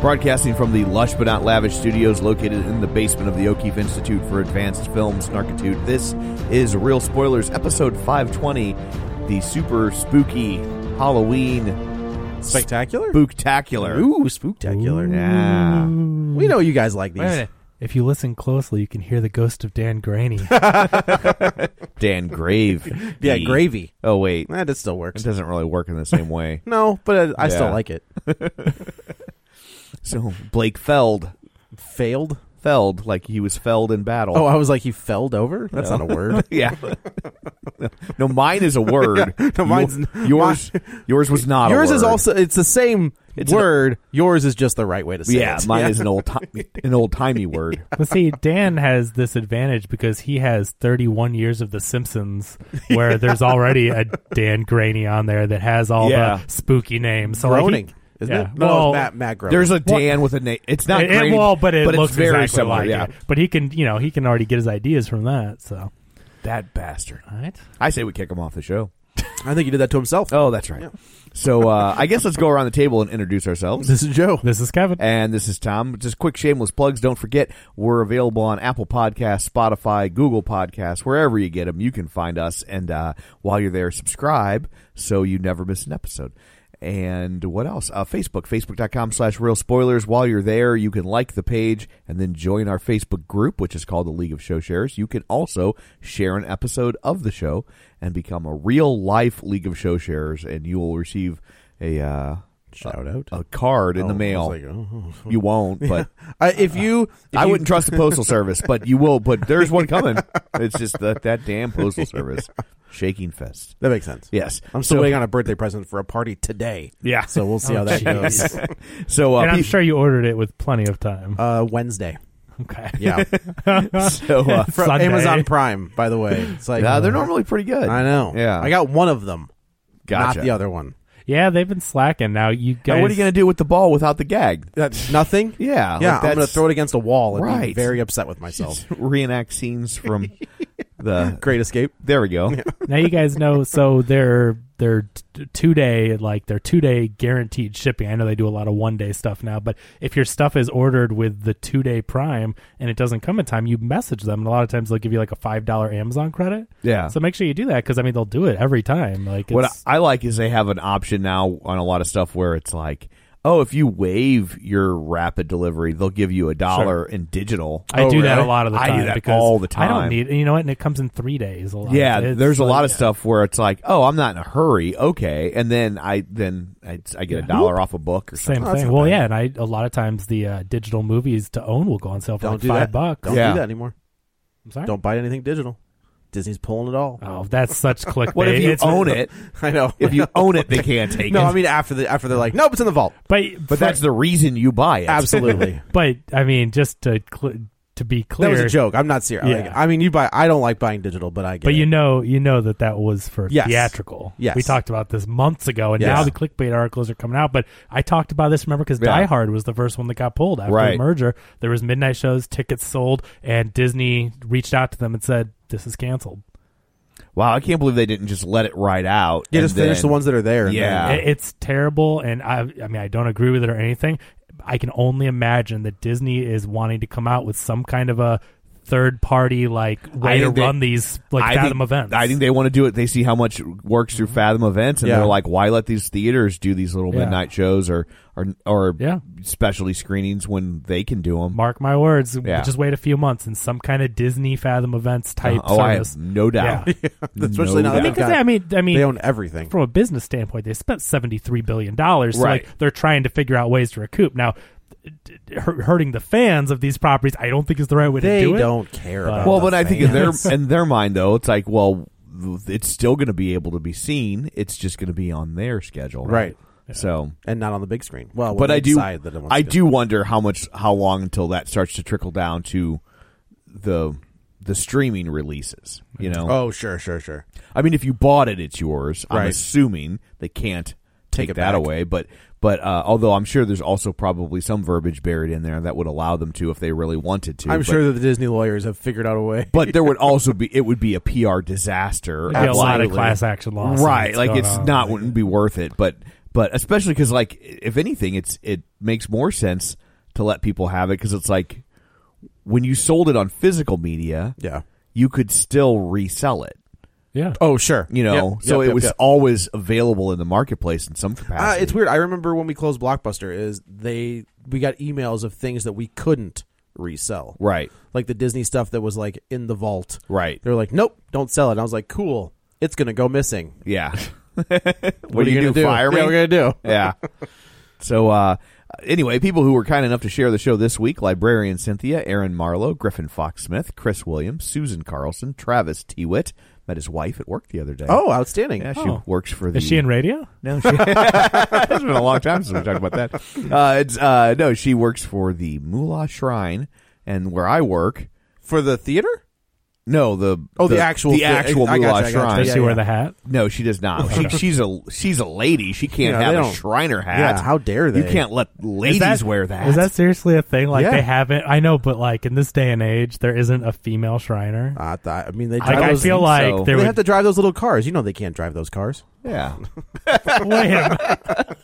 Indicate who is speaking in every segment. Speaker 1: Broadcasting from the lush but not lavish studios located in the basement of the O'Keefe Institute for Advanced Film Snarkitude, this is Real Spoilers, episode 520, the super spooky Halloween
Speaker 2: Spectacular?
Speaker 1: spooktacular. Ah.
Speaker 2: Ooh, spooktacular.
Speaker 1: Yeah.
Speaker 2: We know you guys like these.
Speaker 3: If you listen closely, you can hear the ghost of Dan Graney.
Speaker 1: Dan Grave.
Speaker 2: Yeah,
Speaker 1: The-
Speaker 2: gravy.
Speaker 1: Oh, wait.
Speaker 2: That it still
Speaker 1: It
Speaker 2: works.
Speaker 1: doesn't really work in the same way.
Speaker 2: No, but uh, I
Speaker 1: Yeah.
Speaker 2: still like it.
Speaker 1: so, Blake Feld.
Speaker 2: Failed?
Speaker 1: Felled, like he was felled in battle.
Speaker 2: Oh, I was like, he felled over? That's not a word.
Speaker 1: yeah. no, mine is a word.
Speaker 2: No, mine's-
Speaker 1: yours. Yours was not. a
Speaker 2: Yours is
Speaker 1: word.
Speaker 2: also, it's the same
Speaker 1: It's an-
Speaker 2: word. Yours is just the right way to say
Speaker 1: Yeah,
Speaker 2: it.
Speaker 1: mine is an old ti- an old timey word.
Speaker 3: but see, Dan has this advantage because he has 31 years of The Simpsons, where there's already a Dan Graney on there that has all
Speaker 1: Yeah.
Speaker 3: the spooky names. So like, he-
Speaker 2: Groaning, isn't
Speaker 3: yeah.
Speaker 2: it? No,
Speaker 3: well,
Speaker 2: it's Matt, Matt Groening.
Speaker 1: There's a Dan with a name. It's not
Speaker 3: it, it-
Speaker 1: great,
Speaker 3: well, but it looks
Speaker 1: it's very
Speaker 3: exactly
Speaker 1: similar.
Speaker 3: like
Speaker 1: yeah,
Speaker 3: it. But he can, you know, he can already get his ideas from that. So,
Speaker 1: that bastard.
Speaker 3: all right.
Speaker 1: I say we kick him off the show.
Speaker 2: I think he did that to himself.
Speaker 1: Oh, that's right. So uh, I guess let's go around the table and introduce ourselves.
Speaker 2: This is Joe.
Speaker 3: This is Kevin.
Speaker 1: And this is Tom. Just quick shameless plugs. Don't forget, we're available on Apple Podcasts, Spotify, Google Podcasts, wherever you get them. You can find us. And uh, while you're there, subscribe so you never miss an episode. And what else? Uh, Facebook, facebook.com slash real spoilers. While you're there, you can like the page and then join our Facebook group, which is called the League of Show Sharers. You can also share an episode of the show and become a real life League of Show Sharers, and you will receive a. Uh,
Speaker 2: Shout out.
Speaker 1: a card in the
Speaker 2: Oh, I was
Speaker 1: mail.
Speaker 2: like, oh.
Speaker 1: You won't, but
Speaker 2: I, if you, if
Speaker 1: I
Speaker 2: you-
Speaker 1: wouldn't trust the postal service. But you will. But there's one coming. It's just that that damn postal service shaking fest.
Speaker 2: That makes sense.
Speaker 1: Yes,
Speaker 2: I'm still
Speaker 1: so,
Speaker 2: waiting on a birthday present for a party today.
Speaker 1: Yeah.
Speaker 2: So we'll see how that goes.
Speaker 1: So, uh,
Speaker 3: and I'm
Speaker 1: pe-
Speaker 3: sure you ordered it with plenty of time.
Speaker 2: Uh, Wednesday.
Speaker 3: okay.
Speaker 2: Yeah.
Speaker 1: so uh,
Speaker 2: From
Speaker 3: Sunday.
Speaker 2: Amazon Prime, by the way. It's like uh,
Speaker 1: yeah, they're normally pretty good.
Speaker 2: I know.
Speaker 1: Yeah,
Speaker 2: I got one of them,
Speaker 1: gotcha.
Speaker 2: not the other one.
Speaker 3: Yeah, they've been slacking. Now you guys.
Speaker 1: Now, what are you gonna do with the ball without the gag?
Speaker 2: That's nothing.
Speaker 1: Yeah,
Speaker 2: yeah.
Speaker 1: like
Speaker 2: I'm going to
Speaker 1: that's-
Speaker 2: throw it against a wall and be
Speaker 1: Right.
Speaker 2: very upset with myself.
Speaker 1: Reenact scenes from the.
Speaker 2: Great escape.
Speaker 1: There we go.
Speaker 3: now you guys know so their their t- two day like their two day guaranteed shipping i know they do a lot of one day stuff now but if your stuff is ordered with the two day prime and it doesn't come in time you message them and a lot of times they'll give you like a five dollar amazon credit
Speaker 1: Yeah.
Speaker 3: so make sure you do that because i mean they'll do it every time like it's,
Speaker 1: What I I like is they have an option now on a lot of stuff where it's like, oh, if you waive your rapid delivery, they'll give you a dollar in digital.
Speaker 3: I do that a lot of the
Speaker 1: I
Speaker 3: time
Speaker 1: do that
Speaker 3: because
Speaker 1: all the time.
Speaker 3: I don't need you know what and it comes in three days a lot
Speaker 1: Yeah,
Speaker 3: It's
Speaker 1: there's a
Speaker 3: like-
Speaker 1: lot of stuff where it's like, oh, I'm not in a hurry. Okay, and then I then I, I get a dollar off a book or
Speaker 3: same
Speaker 1: something.
Speaker 3: thing. Well, yeah, and I a lot of times the uh, digital movies to own will go on sale for
Speaker 2: Don't
Speaker 3: like
Speaker 2: do
Speaker 3: five
Speaker 2: that.
Speaker 3: bucks.
Speaker 2: Don't
Speaker 1: Yeah.
Speaker 2: do that anymore.
Speaker 3: I'm sorry.
Speaker 2: Don't buy anything digital. Disney's pulling it all.
Speaker 3: Oh, that's such clickbait.
Speaker 1: What if you
Speaker 3: It's-
Speaker 1: own it?
Speaker 2: I know.
Speaker 1: If you own it, they can't take
Speaker 2: no,
Speaker 1: it.
Speaker 2: I mean after the after they're like, nope, it's in the vault.
Speaker 3: But
Speaker 1: but that's the reason you buy it.
Speaker 2: Absolutely.
Speaker 3: but I mean, just to cl- to be
Speaker 2: that
Speaker 3: clear,
Speaker 2: was a joke. I'm not serious.
Speaker 3: Yeah.
Speaker 2: I mean, you buy. I don't like buying digital, but I. Get
Speaker 3: But
Speaker 2: it.
Speaker 3: you know, you know that that was for
Speaker 2: Yes.
Speaker 3: theatrical.
Speaker 2: Yes.
Speaker 3: we talked about this months ago, and
Speaker 2: Yes.
Speaker 3: now the clickbait articles are coming out. But I talked about this remember because
Speaker 1: Yeah.
Speaker 3: Die Hard was the first one that got pulled after
Speaker 1: Right.
Speaker 3: the merger. There was midnight shows, tickets sold, and Disney reached out to them and said, "This is canceled."
Speaker 1: Wow, I can't believe they didn't just let it ride out.
Speaker 2: Yeah,
Speaker 1: and
Speaker 2: just finish
Speaker 1: then-
Speaker 2: the ones that are there. and
Speaker 1: Yeah.
Speaker 2: then-
Speaker 3: It- it's terrible, and I, I mean, I don't agree with it or anything. I can only imagine that Disney is wanting to come out with some kind of a third party like way to
Speaker 1: think they-
Speaker 3: run these like
Speaker 1: I
Speaker 3: Fathom
Speaker 1: think,
Speaker 3: events. Mm-hmm.
Speaker 1: I think they want to do it. They see how much works through Fathom events, and
Speaker 2: Yeah.
Speaker 1: they're like, "Why let these theaters do these little
Speaker 3: Yeah.
Speaker 1: midnight shows or or or
Speaker 3: Yeah.
Speaker 1: specialty screenings when they can do them?"
Speaker 3: mark my words.
Speaker 1: Yeah.
Speaker 3: Just wait a few months and some kind of Disney Fathom events type
Speaker 1: oh, I
Speaker 3: service.
Speaker 1: have no doubt.
Speaker 3: Yeah.
Speaker 2: Especially
Speaker 1: No doubt.
Speaker 2: now that they've
Speaker 3: because
Speaker 2: got-
Speaker 3: I mean, I mean,
Speaker 2: they own everything.
Speaker 3: from a business standpoint, they spent seventy three billion dollars. So
Speaker 1: Right.
Speaker 3: like they're trying to figure out ways to recoup. Now, d- d- hur- hurting the fans of these properties, I don't think is the right way
Speaker 2: They
Speaker 3: to do it.
Speaker 2: don't care.
Speaker 3: But-
Speaker 2: about
Speaker 1: Well,
Speaker 2: the
Speaker 1: but I think in their
Speaker 2: fans.
Speaker 1: in their mind though, it's like, well, it's still going to be able to be seen. It's just going to be on their schedule,
Speaker 2: Right.
Speaker 1: So.
Speaker 2: and not on the big screen. Well, when
Speaker 1: but
Speaker 2: they
Speaker 1: I do,
Speaker 2: decide that it wants
Speaker 1: I
Speaker 2: to
Speaker 1: do wonder how much, how long until that starts to trickle down to the the streaming releases. You
Speaker 3: Mm-hmm.
Speaker 1: know,
Speaker 2: Oh, sure, sure, sure.
Speaker 1: I mean, if you bought it, it's yours. I'm
Speaker 2: Right.
Speaker 1: assuming they can't take,
Speaker 2: it
Speaker 1: that
Speaker 2: back.
Speaker 1: away. But but uh, although I'm sure there's also probably some verbiage buried in there that would allow them to if they really wanted to.
Speaker 2: I'm
Speaker 1: but,
Speaker 2: sure that the Disney lawyers have figured out a way.
Speaker 1: But there would also be it would be a PR disaster.
Speaker 3: There'd be a lot of
Speaker 1: Absolutely.
Speaker 3: class action lawsuits
Speaker 1: right? Like
Speaker 3: going
Speaker 1: it's
Speaker 3: on.
Speaker 1: not wouldn't be worth it. But but especially because like if anything, it's it makes more sense to let people have it because it's like when you sold it on physical media,
Speaker 2: yeah.
Speaker 1: you could still resell it.
Speaker 3: Yeah.
Speaker 2: Oh, sure.
Speaker 1: you know
Speaker 2: Yep,
Speaker 1: so
Speaker 2: yep,
Speaker 1: it
Speaker 2: yep,
Speaker 1: was
Speaker 2: yep.
Speaker 1: always available in the marketplace in some
Speaker 2: Uh,
Speaker 1: capacity
Speaker 2: it's weird. I remember when we closed Blockbuster, is they we got emails of things that we couldn't resell,
Speaker 1: right
Speaker 2: like the Disney stuff that was like in the vault.
Speaker 1: right
Speaker 2: They're like, nope, don't sell it. And I was like, cool, it's gonna go missing.
Speaker 1: yeah what, are you gonna, do fire me
Speaker 2: Yeah, we're gonna do.
Speaker 1: yeah so uh Anyway, people who were kind enough to share the show this week librarian Cynthia, Aaron Marlowe, Griffin Fox Smith, Chris Williams, Susan Carlson, Travis Tewitt. Met his wife at work the other day.
Speaker 2: Oh, outstanding.
Speaker 1: yeah, she
Speaker 3: Oh.
Speaker 1: works for the.
Speaker 3: Is she in radio?
Speaker 1: No, she, it's been a long time since we talked about that. Uh, it's, uh, no, she works for the Moolah Shrine, and where I work,
Speaker 2: For the theater?
Speaker 1: No, the
Speaker 2: Oh, the actual-
Speaker 1: the
Speaker 2: the-
Speaker 1: actual
Speaker 2: I gotcha,
Speaker 1: Moolah
Speaker 2: I gotcha.
Speaker 1: Shrine.
Speaker 3: Does
Speaker 2: Yeah,
Speaker 3: she wear
Speaker 2: yeah.
Speaker 3: the hat?
Speaker 1: No, she does not. She, she's a she's a lady. She can't
Speaker 2: Yeah, they
Speaker 1: have a
Speaker 2: don't-
Speaker 1: Shriner hat.
Speaker 2: Yeah, how dare they?
Speaker 1: You can't let ladies
Speaker 3: Is
Speaker 1: wear that.
Speaker 3: Is that seriously a thing? Like
Speaker 1: Yeah.
Speaker 3: they haven't. I know, but like in this day and age, there isn't a female Shriner.
Speaker 2: I thought. I mean, they
Speaker 3: like
Speaker 2: drive
Speaker 3: I,
Speaker 2: those,
Speaker 3: feel like
Speaker 1: so.
Speaker 3: there
Speaker 2: they
Speaker 3: would
Speaker 2: have to drive those little cars. You know, they can't drive those cars.
Speaker 1: yeah?
Speaker 3: Wait a minute.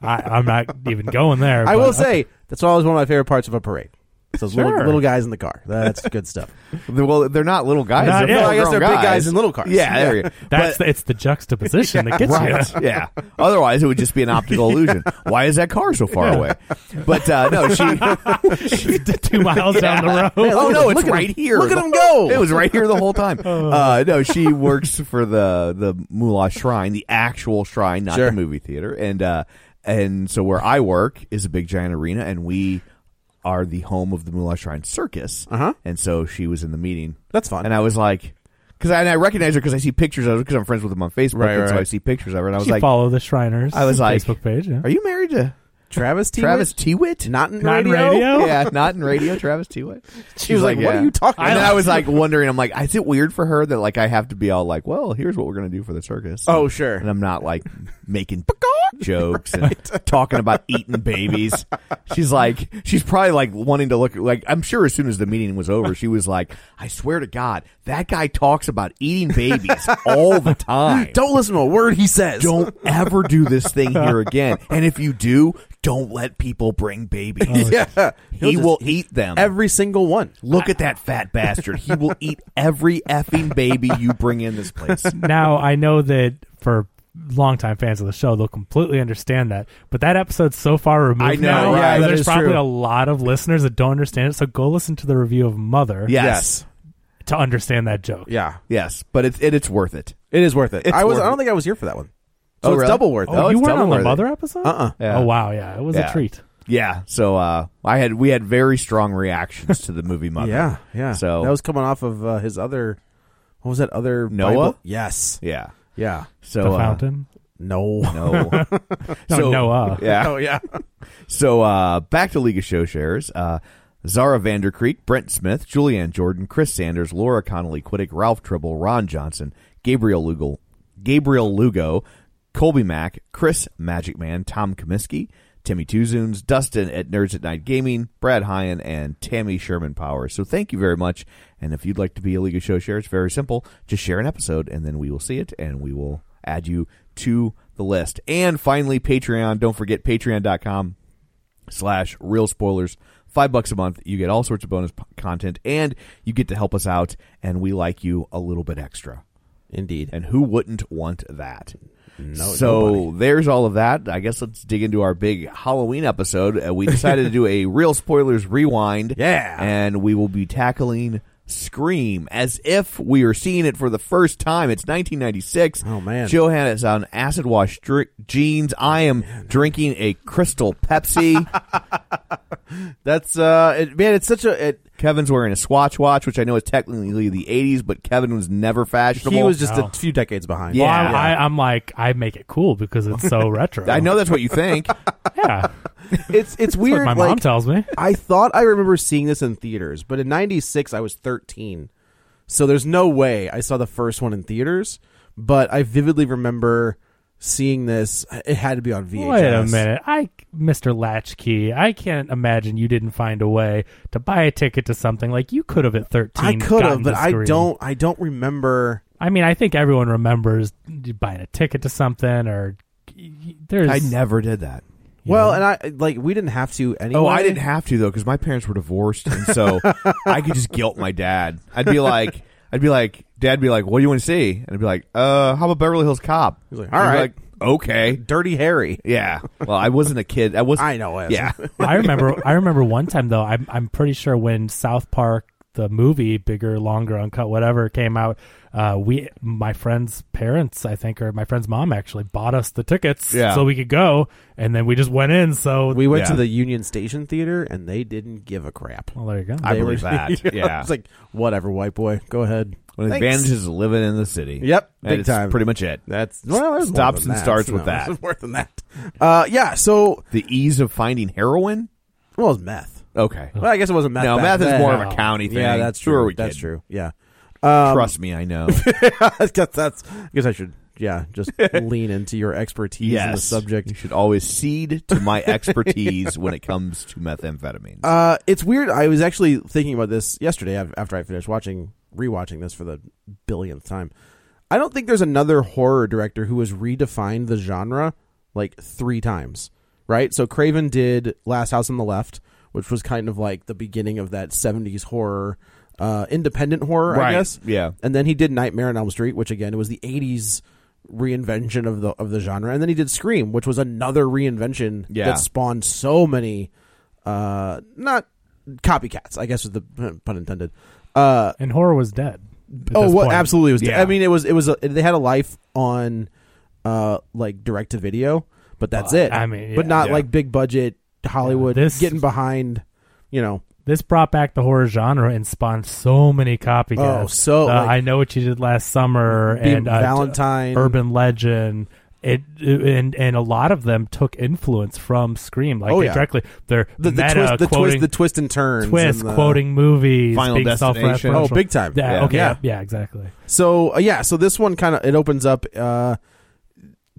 Speaker 3: I, I'm not even going there.
Speaker 2: I
Speaker 3: but-
Speaker 2: will say that's always one of my favorite parts of a parade. It's those
Speaker 3: Sure.
Speaker 2: little, little guys in the car. That's good stuff.
Speaker 1: They're- well, they're not little guys.
Speaker 3: Not
Speaker 1: they're
Speaker 3: yet.
Speaker 1: full
Speaker 3: Well, I
Speaker 2: guess
Speaker 1: grown
Speaker 2: they're big guys in little cars.
Speaker 1: Yeah, there
Speaker 2: Yeah.
Speaker 1: you-
Speaker 3: that's
Speaker 1: but-
Speaker 3: the, it's the juxtaposition that gets you.
Speaker 1: right. yeah. Otherwise, it would just be an optical illusion. Why is that car so far away? But uh, no, she. she
Speaker 3: Two miles down the road.
Speaker 1: oh no, it's
Speaker 2: look at
Speaker 1: right
Speaker 2: him.
Speaker 1: here.
Speaker 2: Look at
Speaker 1: The-
Speaker 2: him go. Oh.
Speaker 1: It was right here the whole time. Uh, no, she works for the the Moolah Shrine, the actual shrine, not
Speaker 2: Sure.
Speaker 1: the movie theater. And uh, and so where I work is a big giant arena, and we are the home of the Moolah Shrine Circus.
Speaker 2: Uh-huh.
Speaker 1: And so she was in the meeting.
Speaker 2: That's fun.
Speaker 1: And I was like. Because I, and I recognize her because I see pictures of her because I'm friends with them on Facebook,
Speaker 2: Right,
Speaker 1: and so
Speaker 2: right.
Speaker 1: I see pictures of her, and I was
Speaker 3: you
Speaker 1: like,
Speaker 3: follow the Shriners.
Speaker 1: I was like,
Speaker 3: Facebook page. Yeah.
Speaker 1: "Are you married to
Speaker 2: Travis T.
Speaker 1: Travis Tewitt?
Speaker 2: not in
Speaker 3: Not in
Speaker 2: radio.
Speaker 3: radio? No.
Speaker 1: yeah, not in radio, Travis Tewitt."
Speaker 2: She was like, "What are you talking?"
Speaker 1: And then
Speaker 2: about?
Speaker 1: I was like wondering, I'm like, is it weird for her that like I have to be all like, well, here's what we're gonna do for the circus?
Speaker 2: Oh, sure.
Speaker 1: And I'm not like making jokes and talking about eating babies. She's like, she's probably like wanting to look like I'm sure as soon as the meeting was over, she was like, I swear to God, that guy talks about eating babies all the time.
Speaker 2: "Don't listen to a word he says."
Speaker 1: Don't ever do this thing here again. And if you do, don't let people bring babies.
Speaker 2: Oh, Yeah, He'll
Speaker 1: He
Speaker 2: just
Speaker 1: will eat them.
Speaker 2: every single one.
Speaker 1: Look at that fat bastard. He will eat every effing baby you bring in this place.
Speaker 3: now I know that for longtime fans of the show, they'll completely understand that. But that episode's so far removed
Speaker 1: I know,
Speaker 3: now.
Speaker 1: right?
Speaker 3: that
Speaker 1: That
Speaker 3: there's
Speaker 1: is
Speaker 3: probably
Speaker 1: true.
Speaker 3: a lot of listeners that don't understand it. So go listen to the review of Mother
Speaker 1: Yes. Yes.
Speaker 3: to understand that joke.
Speaker 2: Yeah,
Speaker 1: But it's it, it's worth it.
Speaker 2: it is worth it.
Speaker 1: It's
Speaker 2: I was.
Speaker 1: worth
Speaker 2: I
Speaker 1: it.
Speaker 2: don't think I was here for that one. So
Speaker 1: Oh,
Speaker 2: it's
Speaker 1: really?
Speaker 2: double worth. it.
Speaker 3: Oh, you
Speaker 1: it's
Speaker 3: weren't on
Speaker 1: double
Speaker 3: the
Speaker 1: worth it.
Speaker 3: Mother episode?
Speaker 2: Uh-uh.
Speaker 1: Yeah.
Speaker 3: Oh wow, yeah, it was
Speaker 1: Yeah.
Speaker 3: a treat.
Speaker 1: Yeah. So uh I had we had very strong reactions to the movie Mother.
Speaker 2: Yeah, yeah.
Speaker 1: So
Speaker 2: that was coming off of uh, his other. What was that other
Speaker 1: Noah?
Speaker 2: Bible? Yes.
Speaker 1: Yeah.
Speaker 2: Yeah.
Speaker 1: So
Speaker 3: the
Speaker 1: uh,
Speaker 3: fountain.
Speaker 2: No.
Speaker 1: no.
Speaker 3: No,
Speaker 1: so-
Speaker 3: Noah.
Speaker 1: Yeah.
Speaker 2: Oh yeah.
Speaker 1: So uh, back to League of Show Shares. Uh, Zara Vandercreek, Brent Smith, Julianne Jordan, Chris Sanders, Laura Connolly Quiddick, Ralph Tribble, Ron Johnson, Gabriel Lugo, Gabriel Lugo, Colby Mack, Chris Magic Man, Tom Comiskey, Timmy Tuzoons, Dustin at Nerds at Night Gaming, Brad Hyan, and Tammy Sherman Power. So thank you very much. And if you'd like to be a League of Show Share, it's very simple. Just share an episode, and then we will see it, and we will add you to the list. And finally, Patreon. Don't forget patreon.com slash real spoilers Five bucks a month, you get all sorts of bonus p- content, and you get to help us out, and we like you a little bit extra.
Speaker 2: Indeed.
Speaker 1: And who wouldn't want that?
Speaker 2: No-
Speaker 1: so
Speaker 2: nobody.
Speaker 1: there's all of that. I guess let's dig into our big Halloween episode. Uh, we decided to do a real spoilers rewind.
Speaker 2: Yeah.
Speaker 1: And we will be tackling Scream as if we are seeing it for the first time. It's 1996.
Speaker 2: Oh, man.
Speaker 1: Johan is on acid wash dri- jeans. I am drinking a crystal Pepsi.
Speaker 2: That's uh, it, man, it's such a. It,
Speaker 1: Kevin's wearing a Swatch watch, which I know is technically the 80s, but Kevin was never fashionable.
Speaker 2: he was just
Speaker 3: No.
Speaker 2: a few decades behind.
Speaker 1: Yeah.
Speaker 3: Well, I'm, I, I'm like, I make it cool because it's so retro.
Speaker 1: I know that's what you think.
Speaker 3: Yeah.
Speaker 2: it's it's
Speaker 3: That's
Speaker 2: weird.
Speaker 3: what my
Speaker 2: like,
Speaker 3: mom tells me.
Speaker 2: I thought I remember seeing this in theaters, but in '96 I was 13, so there's no way I saw the first one in theaters. But I vividly remember seeing this. It had to be on VHS.
Speaker 3: Wait a minute. I, Mr. Latchkey, I can't imagine you didn't find a way to buy a ticket to something like you could have at 13.
Speaker 2: I could
Speaker 3: gotten
Speaker 2: have, but
Speaker 3: to
Speaker 2: I
Speaker 3: Scream.
Speaker 2: don't. I don't remember.
Speaker 3: I mean, I think everyone remembers buying a ticket to something or there's.
Speaker 1: I never did that.
Speaker 2: Well, and I like we didn't have to anyway.
Speaker 1: Oh, I didn't have to though because my parents were divorced, and so I could just guilt my dad. I'd be like, I'd be like, Dad'd be like, "What do you want to see?" And I'd be like, "Uh, how about Beverly Hills Cop?"
Speaker 2: He's like,
Speaker 1: And I'd be
Speaker 2: "All right."
Speaker 1: like, okay,
Speaker 2: Dirty Harry.
Speaker 1: yeah." Well, I wasn't a kid. I was.
Speaker 2: I know it.
Speaker 1: Yeah,
Speaker 3: I remember. I remember one time though. I'm I'm pretty sure when South Park the movie, bigger, longer, uncut, whatever, came out. Uh, we, my friend's parents, I think, or my friend's mom actually bought us the tickets
Speaker 1: Yeah.
Speaker 3: so we could go, and then we just went in. So
Speaker 2: We went to
Speaker 1: Yeah.
Speaker 2: the Union Station Theater, and they didn't give a crap.
Speaker 3: well, there you go.
Speaker 1: I
Speaker 2: They
Speaker 1: believe
Speaker 2: were-
Speaker 1: that. Yeah,
Speaker 2: it's like whatever, white boy. Go ahead.
Speaker 1: one of the
Speaker 2: Thanks.
Speaker 1: advantages of living in the city.
Speaker 2: Yep,
Speaker 1: That
Speaker 2: big
Speaker 1: is
Speaker 2: time.
Speaker 1: Pretty much it.
Speaker 2: That's well, there's more
Speaker 1: Stops
Speaker 2: than
Speaker 1: and
Speaker 2: that.
Speaker 1: starts with
Speaker 2: No,
Speaker 1: that.
Speaker 2: there's more than that. Uh, yeah. So,
Speaker 1: The ease of finding heroin.
Speaker 2: well, it's meth.
Speaker 1: Okay.
Speaker 2: Well, I guess it wasn't meth.
Speaker 1: No,
Speaker 2: back
Speaker 1: meth is
Speaker 2: then.
Speaker 1: more of a county
Speaker 2: Yeah,
Speaker 1: thing.
Speaker 2: that's
Speaker 1: Who
Speaker 2: true.
Speaker 1: are we
Speaker 2: that's
Speaker 1: kidding?
Speaker 2: true. Yeah.
Speaker 1: Trust me, I know.
Speaker 2: I guess that's. I guess I should. Yeah, just lean into your expertise in the
Speaker 1: yes,
Speaker 2: subject.
Speaker 1: You should always cede to my expertise when it comes to methamphetamine.
Speaker 2: Uh, it's weird. I was actually thinking about this yesterday af- after I finished watching, rewatching this for the billionth time. I don't think there's another horror director who has redefined the genre like three times, right? So Craven did Last House on the Left, which was kind of like the beginning of that 70s horror, uh, independent horror, I
Speaker 1: Right,
Speaker 2: guess.
Speaker 1: yeah.
Speaker 2: And then he did Nightmare on Elm Street, which again was the 80s reinvention of the of the genre. And then he did Scream, which was another reinvention
Speaker 1: Yeah.
Speaker 2: that spawned so many uh not copycats, I guess is the pun intended. Uh
Speaker 3: and horror was dead. at
Speaker 2: oh,
Speaker 3: this
Speaker 2: well,
Speaker 3: point.
Speaker 2: absolutely it was.
Speaker 1: Yeah.
Speaker 2: I mean, it was it was a, they had a life on uh like direct to video, but that's
Speaker 3: Well,
Speaker 2: it.
Speaker 3: I mean,
Speaker 2: but
Speaker 3: yeah.
Speaker 2: not
Speaker 1: Yeah.
Speaker 2: like big budget Hollywood
Speaker 3: This-
Speaker 2: getting behind, you know.
Speaker 3: This brought back the horror genre and spawned so many copycats.
Speaker 2: Oh, so,
Speaker 3: Uh,
Speaker 2: like-
Speaker 3: I know what you did last summer
Speaker 2: Being
Speaker 3: and uh,
Speaker 2: Valentine.
Speaker 3: urban legend. It and and a lot of them took influence from Scream, like
Speaker 2: Oh,
Speaker 3: they
Speaker 2: yeah.
Speaker 3: directly. They're
Speaker 2: The, the
Speaker 3: meta
Speaker 2: twist, the twist,
Speaker 3: quoting
Speaker 2: the twist and turns,
Speaker 3: twist,
Speaker 2: and the-
Speaker 3: quoting movies,
Speaker 1: Final
Speaker 3: being
Speaker 1: Destination.
Speaker 3: self-referential.
Speaker 2: Oh, big time.
Speaker 3: Yeah,
Speaker 2: Yeah.
Speaker 3: Okay.
Speaker 2: Yeah.
Speaker 3: Yeah. Exactly.
Speaker 2: So uh, yeah, so this one kind of it opens up. Uh,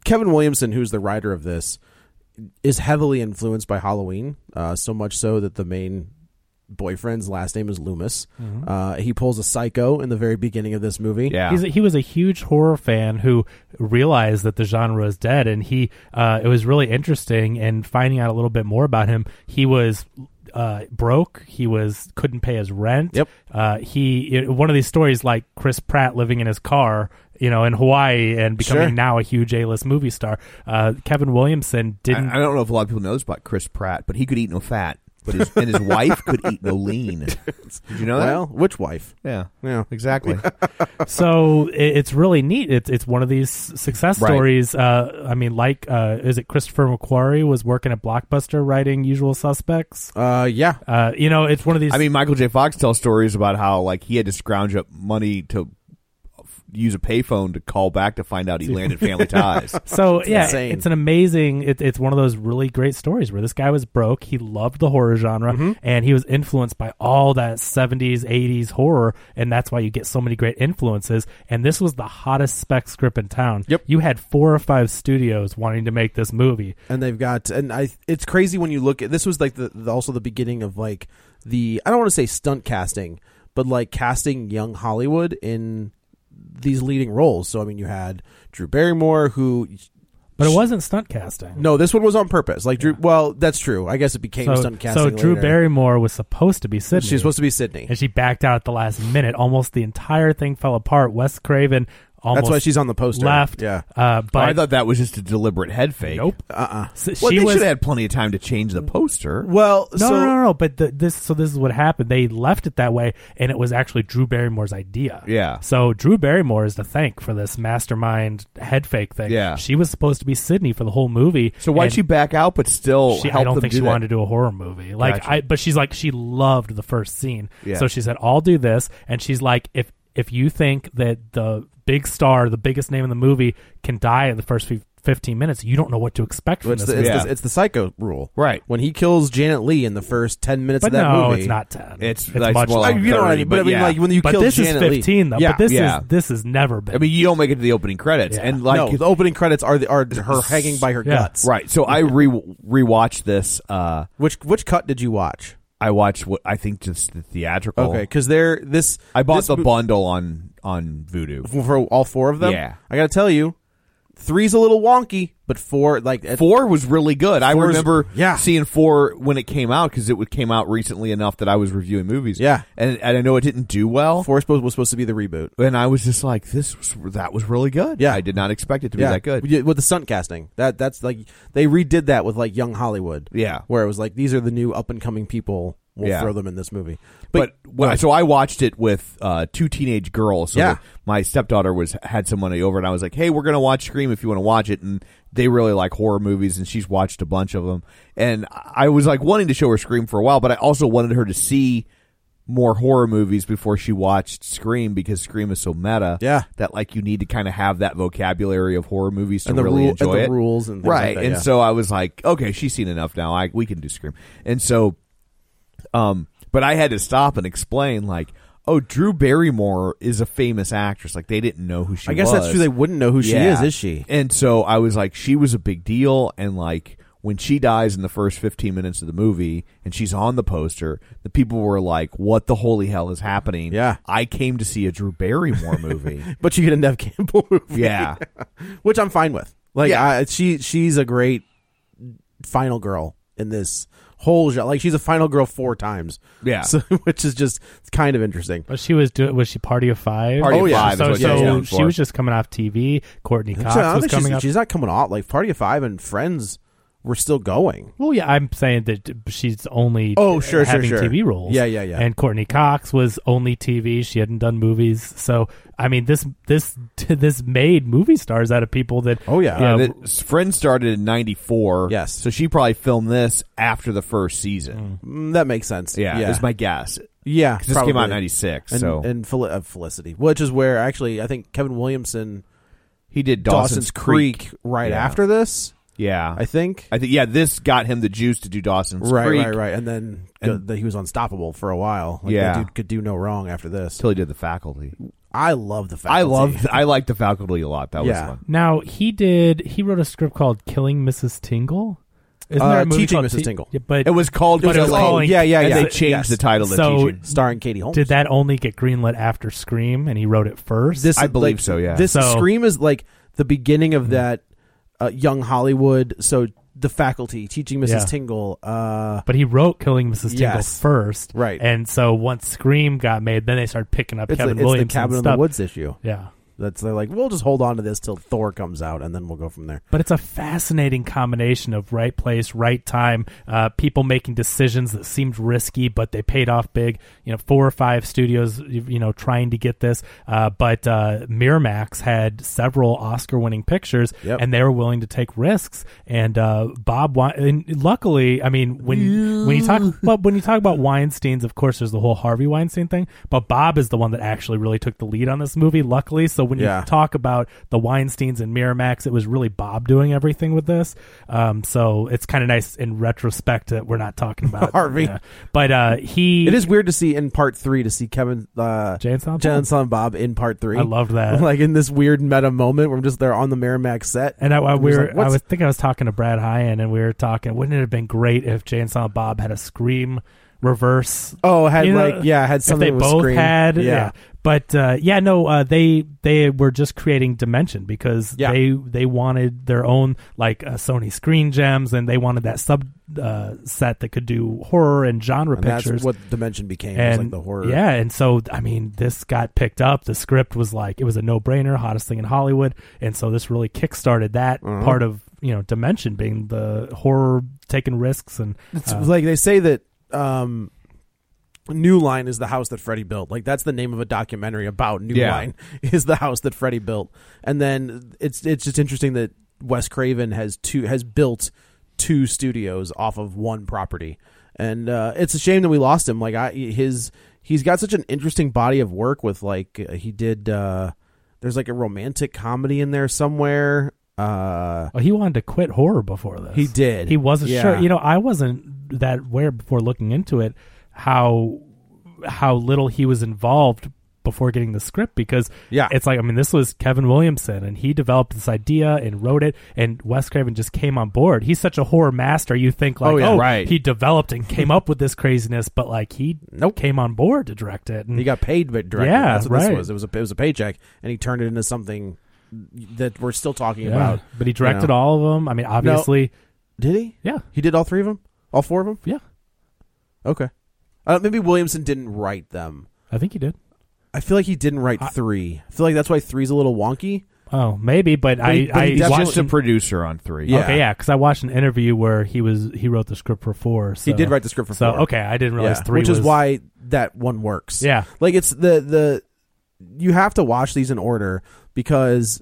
Speaker 2: Kevin Williamson, who's the writer of this, is heavily influenced by Halloween. Uh, so much so that the main boyfriend's last name is Loomis. Uh, he pulls a psycho in the very beginning of this movie.
Speaker 1: yeah.
Speaker 3: He's a, he was a huge horror fan who realized that the genre is dead, and he uh, it was really interesting. And finding out a little bit more about him, he was uh, broke. He was couldn't pay his rent.
Speaker 2: Yep.
Speaker 3: Uh, he it- one of these stories like Chris Pratt living in his car, you know, in Hawaii and becoming
Speaker 2: Sure.
Speaker 3: now a huge A list movie star. Uh, Kevin Williamson didn't.
Speaker 1: I, I don't know if a lot of people know this about Chris Pratt, but he could eat no fat, but his, and his wife could eat no lean. Did you know
Speaker 2: Well, which wife?
Speaker 1: that? Yeah,
Speaker 2: Yeah.
Speaker 1: exactly.
Speaker 3: so it, it's really neat. It's it's one of these success
Speaker 1: Right.
Speaker 3: stories. Uh, I mean, like, uh, is it Christopher McQuarrie was working at Blockbuster writing Usual Suspects?
Speaker 2: Uh, yeah.
Speaker 3: Uh, you know, it's one of these.
Speaker 1: I mean, Michael J. Fox tells stories about how like he had to scrounge up money to f- use a payphone to call back to find out he landed Family Ties.
Speaker 3: so yeah,
Speaker 2: insane.
Speaker 3: it's an amazing. It, it's one of those really great stories where this guy was broke. He loved the horror genre,
Speaker 2: Mm-hmm.
Speaker 3: and he was influenced by all that '70s, '80s horror, and that's why you get so many great influences. And this was the hottest spec script in town.
Speaker 2: Yep.
Speaker 3: you had four or five studios wanting to make this movie.
Speaker 2: and they've got and I it's crazy when you look at this was like the, the also the beginning of like the I don't want to say stunt casting but like casting young Hollywood in these leading roles so I mean you had Drew Barrymore who
Speaker 3: But it wasn't stunt casting.
Speaker 2: No, this one was on purpose. Like Drew. Well, that's true. I guess it became
Speaker 3: so,
Speaker 2: stunt casting.
Speaker 3: so Drew
Speaker 2: later.
Speaker 3: Barrymore was supposed to be Sydney.
Speaker 2: She's supposed to be Sydney.
Speaker 3: and she backed out at the last minute. Almost the entire thing fell apart. Wes Craven almost
Speaker 2: That's why she's on the poster.
Speaker 3: left.
Speaker 2: Yeah.
Speaker 3: uh, but
Speaker 1: Oh, I thought that was just a deliberate head fake.
Speaker 3: nope.
Speaker 2: Uh-uh.
Speaker 3: So
Speaker 1: Well,
Speaker 3: she
Speaker 1: they
Speaker 3: was
Speaker 1: should have had plenty of time to change the poster.
Speaker 2: Well,
Speaker 3: no,
Speaker 2: so
Speaker 3: no, no, no. But the, this, so this is what happened. They left it that way, and it was actually Drew Barrymore's idea.
Speaker 1: Yeah.
Speaker 3: So Drew Barrymore is to thank for this mastermind head fake thing.
Speaker 1: Yeah.
Speaker 3: She was supposed to be Sydney for the whole movie.
Speaker 1: So why'd
Speaker 3: and
Speaker 1: she back out but still
Speaker 3: she,
Speaker 1: help
Speaker 3: I don't
Speaker 1: them
Speaker 3: think
Speaker 1: do
Speaker 3: she
Speaker 1: that?
Speaker 3: wanted to do a horror movie. Like
Speaker 1: Gotcha.
Speaker 3: I but she's like she loved the first scene.
Speaker 1: Yeah.
Speaker 3: So she said, I'll do this and she's like, if if you think that the big star, the biggest name in the movie, can die in the first fif- fifteen minutes, you don't know what to expect from
Speaker 2: it's
Speaker 3: this
Speaker 2: the, it's,
Speaker 3: movie.
Speaker 2: the, it's the psycho rule,
Speaker 1: Right.
Speaker 2: When he kills Janet Lee in the first ten minutes
Speaker 3: But
Speaker 2: of that
Speaker 3: no,
Speaker 2: movie,
Speaker 3: it's not ten.
Speaker 1: It's- that's more
Speaker 2: I,
Speaker 1: like-
Speaker 2: you know what I
Speaker 1: 30,
Speaker 2: mean? But, I
Speaker 1: but
Speaker 2: mean,
Speaker 1: yeah.
Speaker 2: like when you
Speaker 3: but
Speaker 2: kill
Speaker 3: this is
Speaker 2: Janet Lee,
Speaker 3: fifteen though.
Speaker 1: Yeah,
Speaker 3: but this
Speaker 1: yeah.
Speaker 3: is this has never been
Speaker 1: I mean, you don't make it to the opening credits,
Speaker 3: Yeah.
Speaker 1: and like
Speaker 2: no, the opening credits are the, are her hanging by her
Speaker 3: Yeah.
Speaker 2: guts,
Speaker 1: right. So I re rewatched this. Uh,
Speaker 2: Which which cut did you watch?
Speaker 1: I watched what I think just the theatrical.
Speaker 2: Okay, because they're this.
Speaker 1: I bought
Speaker 2: this
Speaker 1: the
Speaker 2: mo-
Speaker 1: bundle on on Voodoo.
Speaker 2: for all four of them.
Speaker 1: Yeah.
Speaker 2: I gotta tell you, three's a little wonky, but four like at-
Speaker 1: Four was really good. I
Speaker 2: Four's-
Speaker 1: remember
Speaker 2: yeah.
Speaker 1: seeing four when it came out because it would- came out recently enough that I was reviewing movies.
Speaker 2: Yeah.
Speaker 1: and, and I know it didn't do well.
Speaker 2: four supposed was supposed to be the reboot.
Speaker 1: and I was just like, "This was, that was really good."
Speaker 2: Yeah.
Speaker 1: I did not expect it to be that good.
Speaker 2: Yeah, with the stunt casting. That that's like they redid that with like Young Hollywood.
Speaker 1: Yeah.
Speaker 2: where it was like these are the new up and coming people. We'll
Speaker 1: Yeah.
Speaker 2: throw them in this movie.
Speaker 1: But, well, so I watched it with uh, two teenage girls. So
Speaker 2: Yeah.
Speaker 1: that my stepdaughter was had some money over, and I was like, "Hey, we're gonna watch Scream if you want to watch it." And they really like horror movies, and she's watched a bunch of them. And I was like wanting to show her Scream for a while, but I also wanted her to see more horror movies before she watched Scream because Scream is so meta.
Speaker 2: Yeah.
Speaker 1: that like you need to kind of have that vocabulary of horror movies to
Speaker 2: And the
Speaker 1: really
Speaker 2: rule-
Speaker 1: enjoy
Speaker 2: and the
Speaker 1: it.
Speaker 2: rules and things like
Speaker 1: right.
Speaker 2: that,
Speaker 1: and
Speaker 2: yeah.
Speaker 1: so I was like, "Okay, she's seen enough now. I we can do Scream." And so. Um, but I had to stop and explain, like, oh, Drew Barrymore is a famous actress. Like, they didn't know who she
Speaker 2: I
Speaker 1: was.
Speaker 2: guess that's true. They wouldn't know who
Speaker 1: Yeah.
Speaker 2: she is, is she?
Speaker 1: And so I was like, she was a big deal. And, like, when she dies in the first 15 minutes of the movie and she's on the poster, the people were like, what the holy hell is happening?
Speaker 2: Yeah.
Speaker 1: I came to see a Drew Barrymore movie.
Speaker 2: But you get a Nev Campbell movie,
Speaker 1: yeah.
Speaker 2: which I'm fine with. Like
Speaker 1: Yeah.
Speaker 2: I, she she's a great final girl in this whole genre. Like she's a final girl four times.
Speaker 1: Yeah.
Speaker 2: so, which is just it's kind of interesting.
Speaker 3: But she was doing was she Party of Five?
Speaker 1: Party
Speaker 2: of Oh, yeah. Five is
Speaker 3: So,
Speaker 2: what she was
Speaker 3: so
Speaker 1: known
Speaker 3: she
Speaker 1: for.
Speaker 3: was just coming off TV. Courtney Cox
Speaker 2: So, I don't
Speaker 3: was
Speaker 2: think
Speaker 3: coming
Speaker 2: she's,
Speaker 3: off.
Speaker 2: she's not coming off. Like Party of Five and Friends were still going.
Speaker 3: Well, yeah, I'm saying that she's only
Speaker 2: Oh, sure, sure,
Speaker 3: having
Speaker 2: sure.
Speaker 3: TV roles.
Speaker 2: Yeah, yeah, yeah.
Speaker 3: And Courtney Cox was only TV; she hadn't done movies. So, I mean, this this this made movie stars out of people that.
Speaker 2: Oh, yeah.
Speaker 3: uh,
Speaker 1: That Friends started in 94.
Speaker 2: Yes.
Speaker 1: So she probably filmed this after the first season.
Speaker 2: Mm, that makes sense.
Speaker 1: Yeah.
Speaker 2: yeah,
Speaker 1: Is my guess.
Speaker 2: yeah.
Speaker 1: 'Cause this came out in
Speaker 2: probably.
Speaker 1: 96.
Speaker 2: And,
Speaker 1: so
Speaker 2: and Fel- uh, Felicity, which is where actually I think Kevin Williamson
Speaker 1: He did
Speaker 2: Dawson's, Creek, right
Speaker 1: Yeah.
Speaker 2: after this.
Speaker 1: Yeah,
Speaker 2: I think.
Speaker 1: I think yeah, this got him the juice to do Dawson's
Speaker 2: right,
Speaker 1: Creek
Speaker 2: right, right. And then
Speaker 1: And-
Speaker 2: the, he was unstoppable for a while. Like,
Speaker 1: Yeah.
Speaker 2: that dude could do no wrong after this.
Speaker 1: until he did the Faculty.
Speaker 2: I love the fact.
Speaker 1: I love I like the Faculty a lot. That
Speaker 2: Yeah.
Speaker 1: was fun.
Speaker 3: now he did. He wrote a script called "Killing Mrs. Tingle." Isn't
Speaker 2: Uh,
Speaker 3: there a movie
Speaker 2: Teaching
Speaker 3: called
Speaker 2: Mrs.
Speaker 3: Te-
Speaker 2: Tingle.
Speaker 3: Yeah, but
Speaker 1: It was called
Speaker 3: But it was
Speaker 1: Killing,
Speaker 3: calling-
Speaker 1: yeah, yeah,
Speaker 2: and
Speaker 1: yeah.
Speaker 2: they
Speaker 1: they changed
Speaker 2: uh, yes.
Speaker 1: the title to
Speaker 3: So-
Speaker 1: Teaching.
Speaker 2: starring Katie Holmes.
Speaker 3: did that only get greenlit after Scream, and he wrote it first?
Speaker 2: this
Speaker 1: I believe
Speaker 2: like,
Speaker 1: so, yeah.
Speaker 2: this
Speaker 3: So-
Speaker 2: scream is like the beginning of that uh, young hollywood so the faculty teaching mrs
Speaker 3: Yeah.
Speaker 2: tingle uh
Speaker 3: But he wrote Killing Mrs. Tingle
Speaker 2: Yes.
Speaker 3: first,
Speaker 2: Right.
Speaker 3: And so once Scream got made, then they started picking up
Speaker 2: it's,
Speaker 3: Kevin
Speaker 2: the, it's the
Speaker 3: Williams
Speaker 2: cabin
Speaker 3: and
Speaker 2: in
Speaker 3: stuff.
Speaker 2: the woods issue
Speaker 3: Yeah,
Speaker 2: that's they're like we'll just hold on to this till thor comes out and then we'll go from there
Speaker 3: but it's a fascinating combination of right place, right time, uh, people making decisions that seemed risky but they paid off big. You know, four or five studios, you you know, trying to get this, uh, but uh, Miramax had several Oscar-winning pictures,
Speaker 2: Yep.
Speaker 3: and they were willing to take risks. And uh, Bob, Wein- and luckily, I mean, when when you talk, but when you talk about Weinstein's, of course, there's the whole Harvey Weinstein thing, but Bob is the one that actually really took the lead on this movie. Luckily, so when
Speaker 2: Yeah.
Speaker 3: you talk talk about the Weinsteins and Miramax. It was really Bob doing everything with this. Um, so it's kind of nice in retrospect that we're not talking about
Speaker 2: Harvey.
Speaker 3: Yeah. But uh, he
Speaker 2: it is weird to see in part three to see kevin uh
Speaker 3: Jay and Silent
Speaker 2: Jay
Speaker 3: Bob.
Speaker 2: and Silent bob in part three
Speaker 3: I loved that.
Speaker 2: like in this weird meta moment where i'm just there on the merrimack set
Speaker 3: And I, I,
Speaker 2: I'm
Speaker 3: we
Speaker 2: just
Speaker 3: were,
Speaker 2: like,
Speaker 3: I
Speaker 2: what's-
Speaker 3: was think I was talking to Brad Hyan, and we were talking. Wouldn't it have been great if Jay and Silent Bob had a scream reverse?
Speaker 2: Oh, had
Speaker 3: You know,
Speaker 2: like yeah, had
Speaker 3: if
Speaker 2: something
Speaker 3: they
Speaker 2: with
Speaker 3: both
Speaker 2: Scream.
Speaker 3: had
Speaker 2: Yeah.
Speaker 3: yeah. But uh, yeah, no, uh, they they were just creating dimension because
Speaker 2: Yeah.
Speaker 3: they they wanted their own like uh, Sony Screen Gems, and they wanted that sub uh, set that could do horror and genre
Speaker 2: And
Speaker 3: pictures.
Speaker 2: that's what Dimension became. was
Speaker 3: and
Speaker 2: like the horror.
Speaker 3: yeah, and so I mean, this got picked up. The script was like it was a no brainer, hottest thing in Hollywood, and so this really kickstarted that
Speaker 2: Uh-huh.
Speaker 3: part of you know Dimension being the horror taking risks and
Speaker 2: It's
Speaker 3: uh,
Speaker 2: like they say that um, New Line is the house that Freddy built. Like that's the name of a documentary about New
Speaker 1: Yeah.
Speaker 2: Line is the house that Freddy built. And then it's it's just interesting that Wes Craven has two has built two studios off of one property. And uh, it's a shame that we lost him. Like I his he's got such an interesting body of work with like uh, he did uh there's like a romantic comedy in there somewhere. Uh
Speaker 3: oh, he wanted to quit horror before this.
Speaker 2: He did.
Speaker 3: He wasn't
Speaker 2: Yeah.
Speaker 3: sure. You know, I wasn't that aware before looking into it how how little he was involved before getting the script because
Speaker 2: Yeah.
Speaker 3: it's like I mean this was Kevin Williamson and he developed this idea and wrote it and Wes Craven just came on board. He's such a horror master. You think like oh,
Speaker 1: Oh, yeah, right.
Speaker 3: he developed and came up with this craziness, but like he
Speaker 2: Nope.
Speaker 3: came on board to direct it. And
Speaker 2: He got paid, but directly.
Speaker 3: Yeah,
Speaker 2: that's what
Speaker 3: right.
Speaker 2: this was. It was a it was a paycheck, and he turned it into something that we're still talking
Speaker 3: yeah.
Speaker 2: about.
Speaker 3: but he directed
Speaker 2: you know.
Speaker 3: all of them. I mean, obviously,
Speaker 2: Did he?
Speaker 3: yeah,
Speaker 2: He did all three of them. All four of them.
Speaker 3: yeah.
Speaker 2: Okay. Uh, maybe Williamson didn't write them.
Speaker 3: I think he did.
Speaker 2: I feel like he didn't write three. I feel like that's why three's a little wonky.
Speaker 3: Oh, maybe, but, I,
Speaker 2: he- but
Speaker 3: I
Speaker 2: he
Speaker 1: He's
Speaker 3: watched
Speaker 1: just a
Speaker 3: an-
Speaker 1: producer on three.
Speaker 2: Yeah.
Speaker 3: Okay, yeah, because I watched an interview where he was he wrote the script for four. So,
Speaker 2: He did write the script for
Speaker 3: so
Speaker 2: four.
Speaker 3: okay, I didn't realize
Speaker 2: Yeah,
Speaker 3: three,
Speaker 2: which
Speaker 3: was,
Speaker 2: is why that one works.
Speaker 3: Yeah.
Speaker 2: like it's the the you have to watch these in order because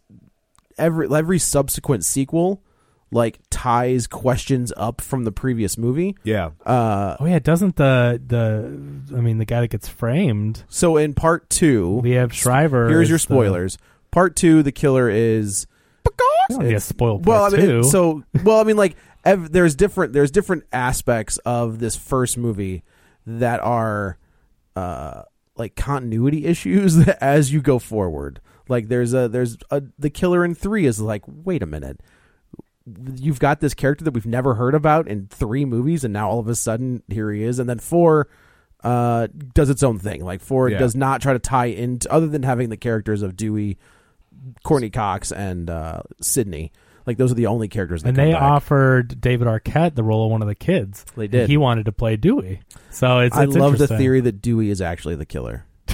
Speaker 2: every every subsequent sequel like ties questions up from the previous movie.
Speaker 1: Yeah.
Speaker 2: Uh,
Speaker 3: Oh yeah, doesn't the the I mean the guy that gets framed,
Speaker 2: so in part two,
Speaker 3: Liev Shriver?
Speaker 2: here's
Speaker 3: is
Speaker 2: your
Speaker 3: the-
Speaker 2: spoilers. part two, the killer is.
Speaker 3: I don't get spoiled.
Speaker 2: Well, I
Speaker 3: part
Speaker 2: mean,
Speaker 3: two.
Speaker 2: it- so well, I mean, like ev- there's different there's different aspects of this first movie that are uh, like continuity issues as you go forward. Like there's a there's a the killer in three is like wait a minute, you've got this character that we've never heard about in three movies, and now all of a sudden here he is, and then four. Uh, does its own thing. Like four
Speaker 1: Yeah.
Speaker 2: does not try to tie into other than having the characters of Dewey, Courtney Cox and uh, Sydney. Like those are the only characters. That
Speaker 3: and
Speaker 2: come
Speaker 3: they
Speaker 2: back.
Speaker 3: offered David Arquette the role of one of the kids.
Speaker 2: They did.
Speaker 3: And he wanted to play Dewey. So it's,
Speaker 2: I
Speaker 3: it's
Speaker 2: love the
Speaker 3: interesting.
Speaker 2: theory that Dewey is actually the killer.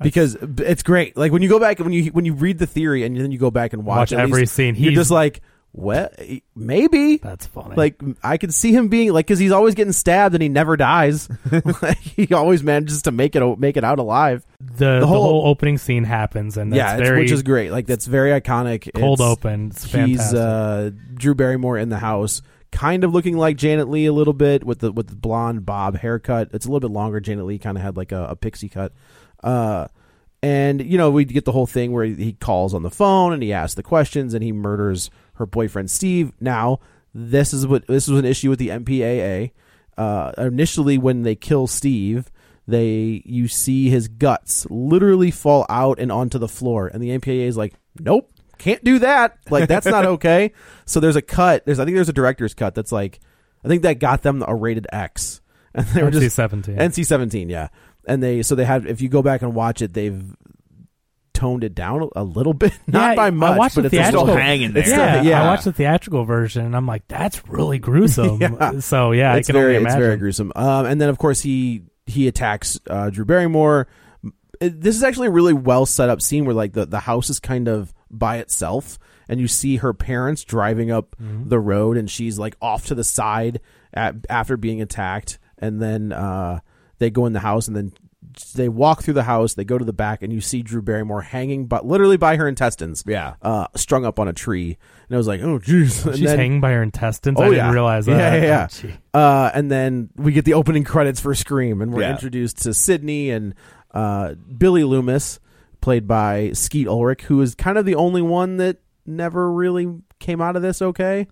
Speaker 2: because it's great. Like when you go back when you when you read the theory and then you go back and
Speaker 3: Watch
Speaker 2: watch, at
Speaker 3: every
Speaker 2: least,
Speaker 3: scene,
Speaker 2: you're
Speaker 3: he's-
Speaker 2: just like, well, maybe
Speaker 3: That's funny.
Speaker 2: Like I can see him being like because he's always getting stabbed and he never dies. like, he always manages to make it make it out alive.
Speaker 3: the, the, whole,
Speaker 2: whole-
Speaker 3: opening scene happens, and that's
Speaker 2: yeah, it's-
Speaker 3: very
Speaker 2: which is great. Like that's very iconic.
Speaker 3: cold
Speaker 2: It's-
Speaker 3: open. It's
Speaker 2: he's
Speaker 3: fantastic.
Speaker 2: uh, Drew Barrymore in the house, kind of looking like Janet Lee a little bit with the with the blonde bob haircut. It's a little bit longer. Janet Lee kind of had like a, a pixie cut. Uh, and you know we get the whole thing where he calls on the phone and he asks the questions and he murders her boyfriend Steve. Now this is what this was an issue with the MPAA. Uh, initially, when they kill Steve, they you see his guts literally fall out and onto the floor, and the MPAA is like, "Nope, can't do that. Like that's not okay." So there's a cut. There's I think there's a director's cut that's like, I think that got them a rated X, and they were just
Speaker 3: NC-17.
Speaker 2: NC seventeen, yeah. And they so they have if you go back and watch it, they've toned it down a little bit, not
Speaker 3: Yeah, I
Speaker 2: by much,
Speaker 3: watched
Speaker 2: but
Speaker 3: the
Speaker 2: it's still
Speaker 3: theatrical-
Speaker 2: hanging there. It's
Speaker 3: yeah,
Speaker 2: still- yeah.
Speaker 3: I watched the theatrical version, and I'm like, that's really gruesome.
Speaker 2: Yeah.
Speaker 3: So yeah,
Speaker 2: it's
Speaker 3: I can
Speaker 2: very,
Speaker 3: only imagine.
Speaker 2: It's very gruesome. Um, and then of course he he attacks uh, Drew Barrymore. It- this is actually a really well set up scene where like the the house is kind of by itself, and you see her parents driving up
Speaker 3: Mm-hmm.
Speaker 2: the road, and she's like off to the side at, after being attacked, and then uh, they go in the house, and then. They walk through the house. They go to the back, and you see Drew Barrymore hanging, but literally by her intestines.
Speaker 1: Yeah.
Speaker 2: uh, strung up on a tree. And I was like, "Oh, jeez." And
Speaker 3: She's
Speaker 2: then-
Speaker 3: hanging by her intestins. I
Speaker 2: Oh,
Speaker 3: didn't
Speaker 2: yeah.
Speaker 3: realize that.
Speaker 2: Yeah, yeah, yeah.
Speaker 3: Oh, gee.
Speaker 2: Uh, and then we get the opening credits for Scream, and we're
Speaker 1: Yeah.
Speaker 2: introduced to Sydney and uh, Billy Loomis, played by Skeet Ulrich, who is kind of the only one that never really came out of this okay.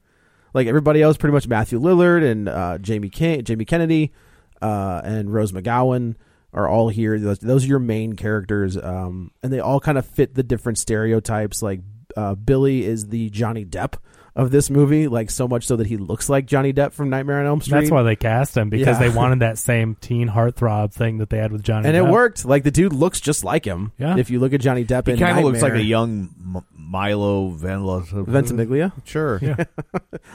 Speaker 2: Like everybody else, pretty much Matthew Lillard and uh, Jamie Ken- Jamie Kennedy uh, and Rose McGowan are all here. Those, those are your main characters, um, and they all kind of fit the different stereotypes. Like uh, Billy is the Johnny Depp of this movie, like so much so that he looks like Johnny Depp from Nightmare on Elm Street.
Speaker 3: That's why they cast him because they
Speaker 2: Yeah.
Speaker 3: wanted that same teen heartthrob thing that they had with Johnny.
Speaker 2: and it
Speaker 3: Depp.
Speaker 2: worked. Like the dude looks just like him.
Speaker 3: Yeah.
Speaker 2: If you look at Johnny Depp,
Speaker 1: He
Speaker 2: in
Speaker 1: kind of looks like
Speaker 2: Nightmare-
Speaker 1: a young M- Milo Venla-
Speaker 2: Ventimiglia.
Speaker 1: Sure.
Speaker 3: Yeah.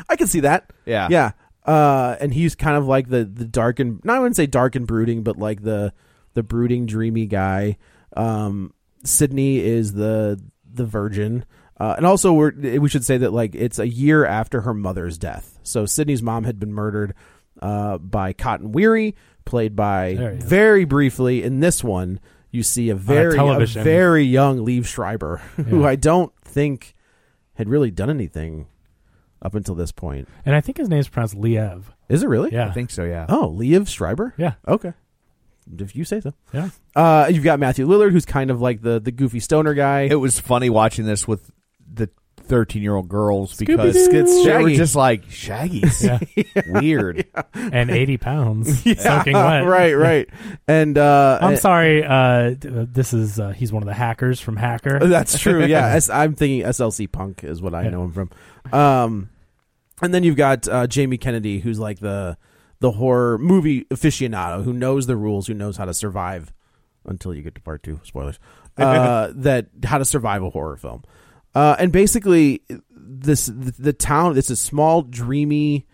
Speaker 2: I can see that.
Speaker 1: Yeah.
Speaker 2: Yeah. Uh, and he's kind of like the the dark and not I wouldn't say dark and brooding, but like the the brooding, dreamy guy. Um, Sydney is the the virgin, uh, and also we're, we should say that like it's a year after her mother's death. So Sydney's mom had been murdered uh, by Cotton Weary, played by
Speaker 3: There he is.
Speaker 2: very briefly in this one. You see a very a
Speaker 3: television.
Speaker 2: very young Liev Schreiber, who
Speaker 3: Yeah.
Speaker 2: I don't think had really done anything up until this point.
Speaker 3: And I think his name's pronounced Liev.
Speaker 2: Is it really?
Speaker 3: Yeah.
Speaker 1: I think so, yeah.
Speaker 2: Oh, Liev Schreiber?
Speaker 3: Yeah.
Speaker 2: Okay. If you say so.
Speaker 3: Yeah.
Speaker 2: Uh, you've got Matthew Lillard, who's kind of like the, the goofy stoner guy.
Speaker 1: It was funny watching this with the 13 year old girls because
Speaker 3: Scooby-Doo.
Speaker 1: they were
Speaker 2: Shaggy.
Speaker 1: just like, Shaggy's weird.
Speaker 3: and 80 pounds soaking
Speaker 2: Ah,
Speaker 3: wet.
Speaker 2: right, right. And uh,
Speaker 3: I'm
Speaker 2: and-
Speaker 3: sorry. Uh, d- uh, this is uh, he's one of the hackers from Hacker.
Speaker 2: Uh, That's true. Yeah, S- I'm thinking SLC Punk is what I
Speaker 3: Yeah.
Speaker 2: know him from. Um, and then you've got uh, Jamie Kennedy, who's like the the horror movie aficionado who knows the rules, who knows how to survive until you get to part two. Spoilers. Uh, that how to survive a horror film. Uh, and basically, this the, the town. It's a small, dreamy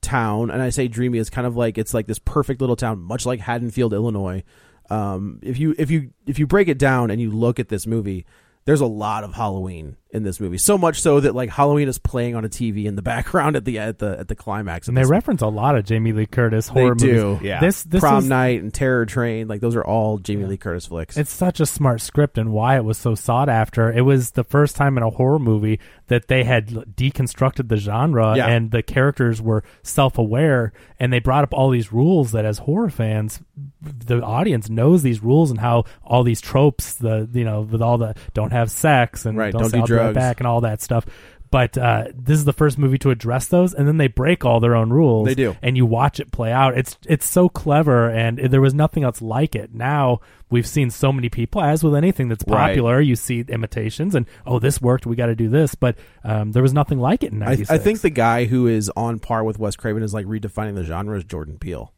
Speaker 2: town, and I say dreamy. It's kind of like it's like this perfect little town, much like Haddonfield, Illinois. Um, if you if you if you break it down and you look at this movie, there's a lot of Halloween in this movie. So much so that like Halloween is playing on a TV in the background at the at the at the climax. of
Speaker 3: and they
Speaker 2: this
Speaker 3: reference a lot of Jamie Lee Curtis
Speaker 2: They
Speaker 3: horror
Speaker 2: do,
Speaker 3: movies.
Speaker 1: yeah.
Speaker 3: This this
Speaker 2: prom
Speaker 3: was-
Speaker 2: night and Terror Train. Like those are all Jamie Lee Curtis flicks.
Speaker 3: It's such a smart script and why it was so sought after. It was the first time in a horror movie that they had l- deconstructed the genre
Speaker 2: Yeah.
Speaker 3: and the characters were self-aware and they brought up all these rules that as horror fans the audience knows these rules and how all these tropes the you know with all the don't have sex and
Speaker 2: Right,
Speaker 3: don't,
Speaker 2: don't
Speaker 3: say,
Speaker 2: do
Speaker 3: I'll be right
Speaker 2: drugs.
Speaker 3: back and all that stuff. But uh, this is the first movie to address those, and then they break all their own rules.
Speaker 2: They do.
Speaker 3: and you watch it play out. It's it's so clever, and there was nothing else like it. Now we've seen so many people, as with anything that's
Speaker 1: Right.
Speaker 3: popular, you see imitations, and oh, this worked, we got to do this. But um, there was nothing like it in
Speaker 2: I,
Speaker 3: '96.
Speaker 2: I think the guy who is on par with Wes Craven is like redefining the genre is Jordan Peele.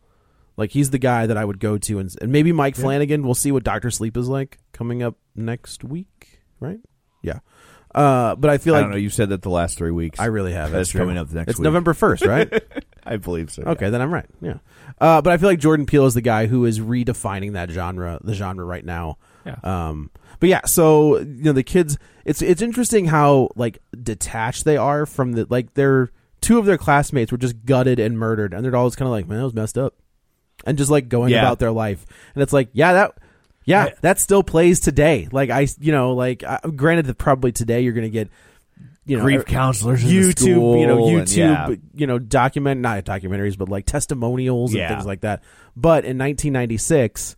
Speaker 2: Like he's the guy that I would go to, and, and maybe Mike Flanagan. We'll see what Doctor Sleep is like coming up next week, right? Yeah, uh, but I feel
Speaker 1: I
Speaker 2: like
Speaker 1: don't know. You said that the last three weeks.
Speaker 2: I really have.
Speaker 1: That's
Speaker 2: true.
Speaker 1: coming up next
Speaker 2: It's
Speaker 1: week.
Speaker 2: November first, right?
Speaker 1: I believe so.
Speaker 2: Okay, then I'm right. Yeah, uh, but I feel like Jordan Peele is the guy who is redefining that genre, the genre right now.
Speaker 3: Yeah.
Speaker 2: Um, but yeah, so you know the kids. It's it's interesting how like detached they are from the like their two of their classmates were just gutted and murdered, and they're always kind of like, man, that was messed up, and just like going
Speaker 1: Yeah.
Speaker 2: about their life, and it's like, yeah, that. Yeah,
Speaker 3: I-
Speaker 2: that still plays today. Like I, you know, like I, granted, that probably today you're gonna get, you know, er,
Speaker 1: Grief counselors in the
Speaker 2: YouTube, you know,
Speaker 1: school and-
Speaker 2: YouTube,
Speaker 1: yeah.
Speaker 2: you know, document not documentaries, but like testimonials
Speaker 1: Yeah.
Speaker 2: and things like that. But in 1996,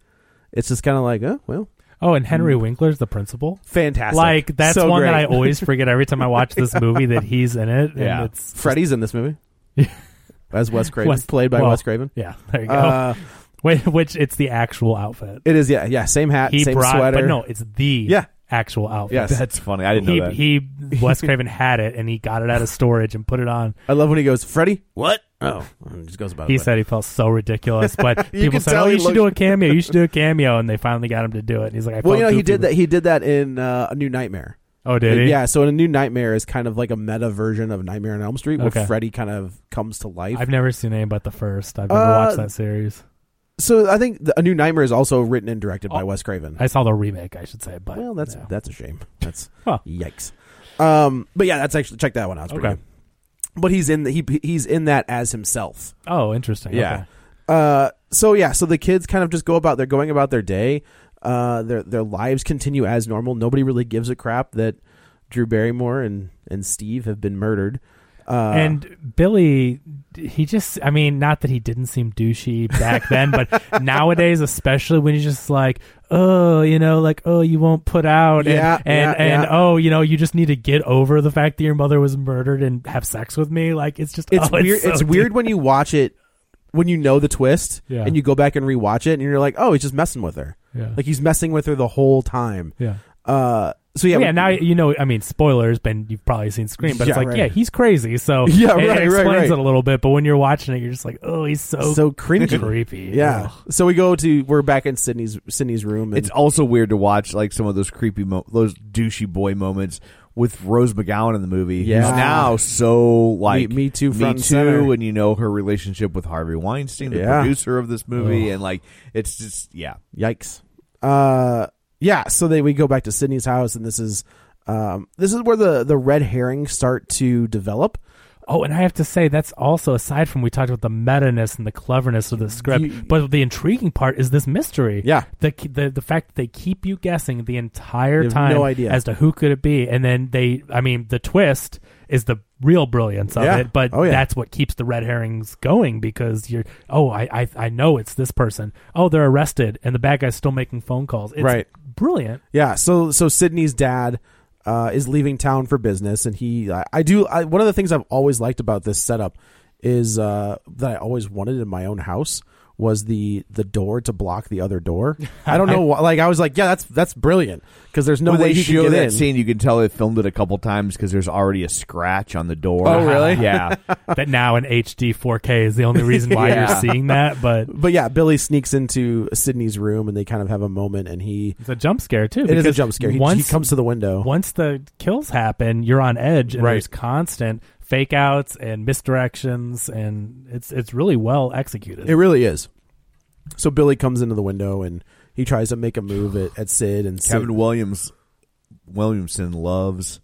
Speaker 2: it's just kind of like, oh well,
Speaker 3: oh, and Henry Winkler's the principal.
Speaker 2: fantastic.
Speaker 3: Like that's
Speaker 2: Mm. So
Speaker 3: one that
Speaker 2: great.
Speaker 3: I always forget every time I watch this movie that he's in it.
Speaker 1: Yeah.
Speaker 3: and it's
Speaker 2: Freddy's in this movie as Wes Craven,
Speaker 3: Wes-
Speaker 2: played by
Speaker 3: well,
Speaker 2: Wes Craven.
Speaker 3: Yeah, there you go.
Speaker 2: Uh,
Speaker 3: Wait, which it's the actual outfit.
Speaker 2: it is, yeah, yeah, same hat,
Speaker 3: he
Speaker 2: same
Speaker 3: brought,
Speaker 2: sweater.
Speaker 3: but no, it's the
Speaker 2: Yeah.
Speaker 3: actual outfit.
Speaker 2: Yes.
Speaker 1: That's funny. I didn't know
Speaker 3: he
Speaker 1: that.
Speaker 3: he Wes Craven had it and he got it out of storage and put it on.
Speaker 2: I love when he goes, Freddy, what? Oh, and just goes about.
Speaker 3: He
Speaker 2: it.
Speaker 3: said he felt so ridiculous, but
Speaker 2: You
Speaker 3: people
Speaker 2: can
Speaker 3: said,
Speaker 2: tell
Speaker 3: "Oh,
Speaker 2: he
Speaker 3: you should
Speaker 2: looked-
Speaker 3: do a cameo. You should do a cameo," and they finally got him to do it. And he's like, I
Speaker 2: Well,
Speaker 3: felt
Speaker 2: you know, he
Speaker 3: goofy,
Speaker 2: did
Speaker 3: but-
Speaker 2: that. He did that in uh, A New Nightmare.
Speaker 3: Oh, did he?
Speaker 2: Yeah, so in A New Nightmare is kind of like a meta version of Nightmare on Elm Street, where
Speaker 3: Okay.
Speaker 2: Freddy kind of comes to life.
Speaker 3: I've never seen any but the first. I've never
Speaker 2: Uh,
Speaker 3: watched that series.
Speaker 2: so I think the, A New Nightmare is also written and directed by Wes Craven.
Speaker 3: Oh. I saw the remake, I should say. But
Speaker 2: well, that's
Speaker 3: no.
Speaker 2: that's a shame. That's
Speaker 3: Huh.
Speaker 2: yikes. Um, but yeah, that's actually check that one out. It's pretty
Speaker 3: Okay.
Speaker 2: good. But he's in the, he he's in that as himself.
Speaker 3: oh, interesting.
Speaker 2: Yeah.
Speaker 3: Okay.
Speaker 2: Uh, so yeah, so the kids kind of just go about they're going about their day. Uh, their their lives continue as normal. Nobody really gives a crap that Drew Barrymore and and Steve have been murdered. Uh,
Speaker 3: and Billy, he just, I mean, not that he didn't seem douchey back then, but nowadays, especially when he's just like, oh, you know, like, oh, you won't put out. And,
Speaker 2: Yeah,
Speaker 3: and,
Speaker 2: yeah,
Speaker 3: and
Speaker 2: yeah.
Speaker 3: oh, you know, you just need to get over the fact that your mother was murdered and have sex with me. Like, it's just,
Speaker 2: it's
Speaker 3: oh,
Speaker 2: weird. It's,
Speaker 3: so
Speaker 2: weird when you watch it when you know the twist
Speaker 3: Yeah.
Speaker 2: and you go back and rewatch it and you're like, oh, he's just messing with her.
Speaker 3: Yeah.
Speaker 2: Like he's messing with her the whole time.
Speaker 3: Yeah.
Speaker 2: Uh, so yeah,
Speaker 3: Yeah,
Speaker 2: we-
Speaker 3: now you know. I mean, spoilers, Ben. You've probably seen Scream, but it's
Speaker 2: Yeah,
Speaker 3: like,
Speaker 2: right.
Speaker 3: yeah, he's crazy. So it,
Speaker 2: Yeah, right, right,
Speaker 3: it explains
Speaker 2: right.
Speaker 3: it a little bit. But when you're watching it, you're just like, oh, he's so
Speaker 2: so cringy.
Speaker 3: creepy.
Speaker 2: Yeah. So we go to we're back in Sydney's Sydney's room. And
Speaker 1: It's also weird to watch like some of those creepy, mo- those douchey boy moments with Rose McGowan in the movie. who's
Speaker 2: Yeah.
Speaker 1: now so like
Speaker 2: Me- Me Too
Speaker 1: me
Speaker 2: front and
Speaker 1: too,
Speaker 2: center.
Speaker 1: and you know her relationship with Harvey Weinstein, the
Speaker 2: Yeah.
Speaker 1: producer of this movie, and like it's just yeah,
Speaker 2: yikes. Uh, yeah. So they we go back to Sydney's house, and this is um this is where the the red herrings start to develop.
Speaker 3: Oh, and I have to say that's also aside from we talked about the meta-ness and the cleverness of the script,
Speaker 2: You-
Speaker 3: but the intriguing part is this mystery.
Speaker 2: Yeah.
Speaker 3: the the, the fact that they keep you guessing the entire
Speaker 2: You have
Speaker 3: time,
Speaker 2: no idea.
Speaker 3: as to who could it be, and then they, I mean, the twist is the real brilliance of
Speaker 2: Yeah.
Speaker 3: it. But
Speaker 2: Oh, yeah.
Speaker 3: that's what keeps the red herrings going because you're, oh, I, I I know it's this person. Oh, they're arrested, and the bad guy's still making phone calls. It's
Speaker 2: Right.
Speaker 3: brilliant.
Speaker 2: Yeah. So so Sydney's dad uh, is leaving town for business, and he I, I do I, one of the things I've always liked about this setup is uh, that I always wanted in my own house was the the door to block the other door. I don't know why. Like I was like, yeah, that's that's brilliant because there's no
Speaker 1: when
Speaker 2: way
Speaker 1: they
Speaker 2: he could
Speaker 1: show
Speaker 2: get
Speaker 1: that
Speaker 2: in.
Speaker 1: scene, you can tell they filmed it a couple times because there's already a scratch on the door.
Speaker 2: Oh, really?
Speaker 1: Yeah.
Speaker 3: that now in HD 4K is the only reason why
Speaker 1: Yeah.
Speaker 3: you're seeing that, but.
Speaker 2: But yeah, Billy sneaks into Sydney's room and they kind of have a moment, and he
Speaker 3: It's a jump scare too.
Speaker 2: it is a
Speaker 3: because
Speaker 2: jump scare. He,
Speaker 3: once
Speaker 2: he comes to the window.
Speaker 3: once the kills happen, you're on edge, and
Speaker 2: Right.
Speaker 3: there's constant fake outs and misdirections, and it's it's really well executed.
Speaker 2: It really is. So Billy comes into the window and he tries to make a move at, at Sid and Sid-
Speaker 1: Kevin Williams Williamson loves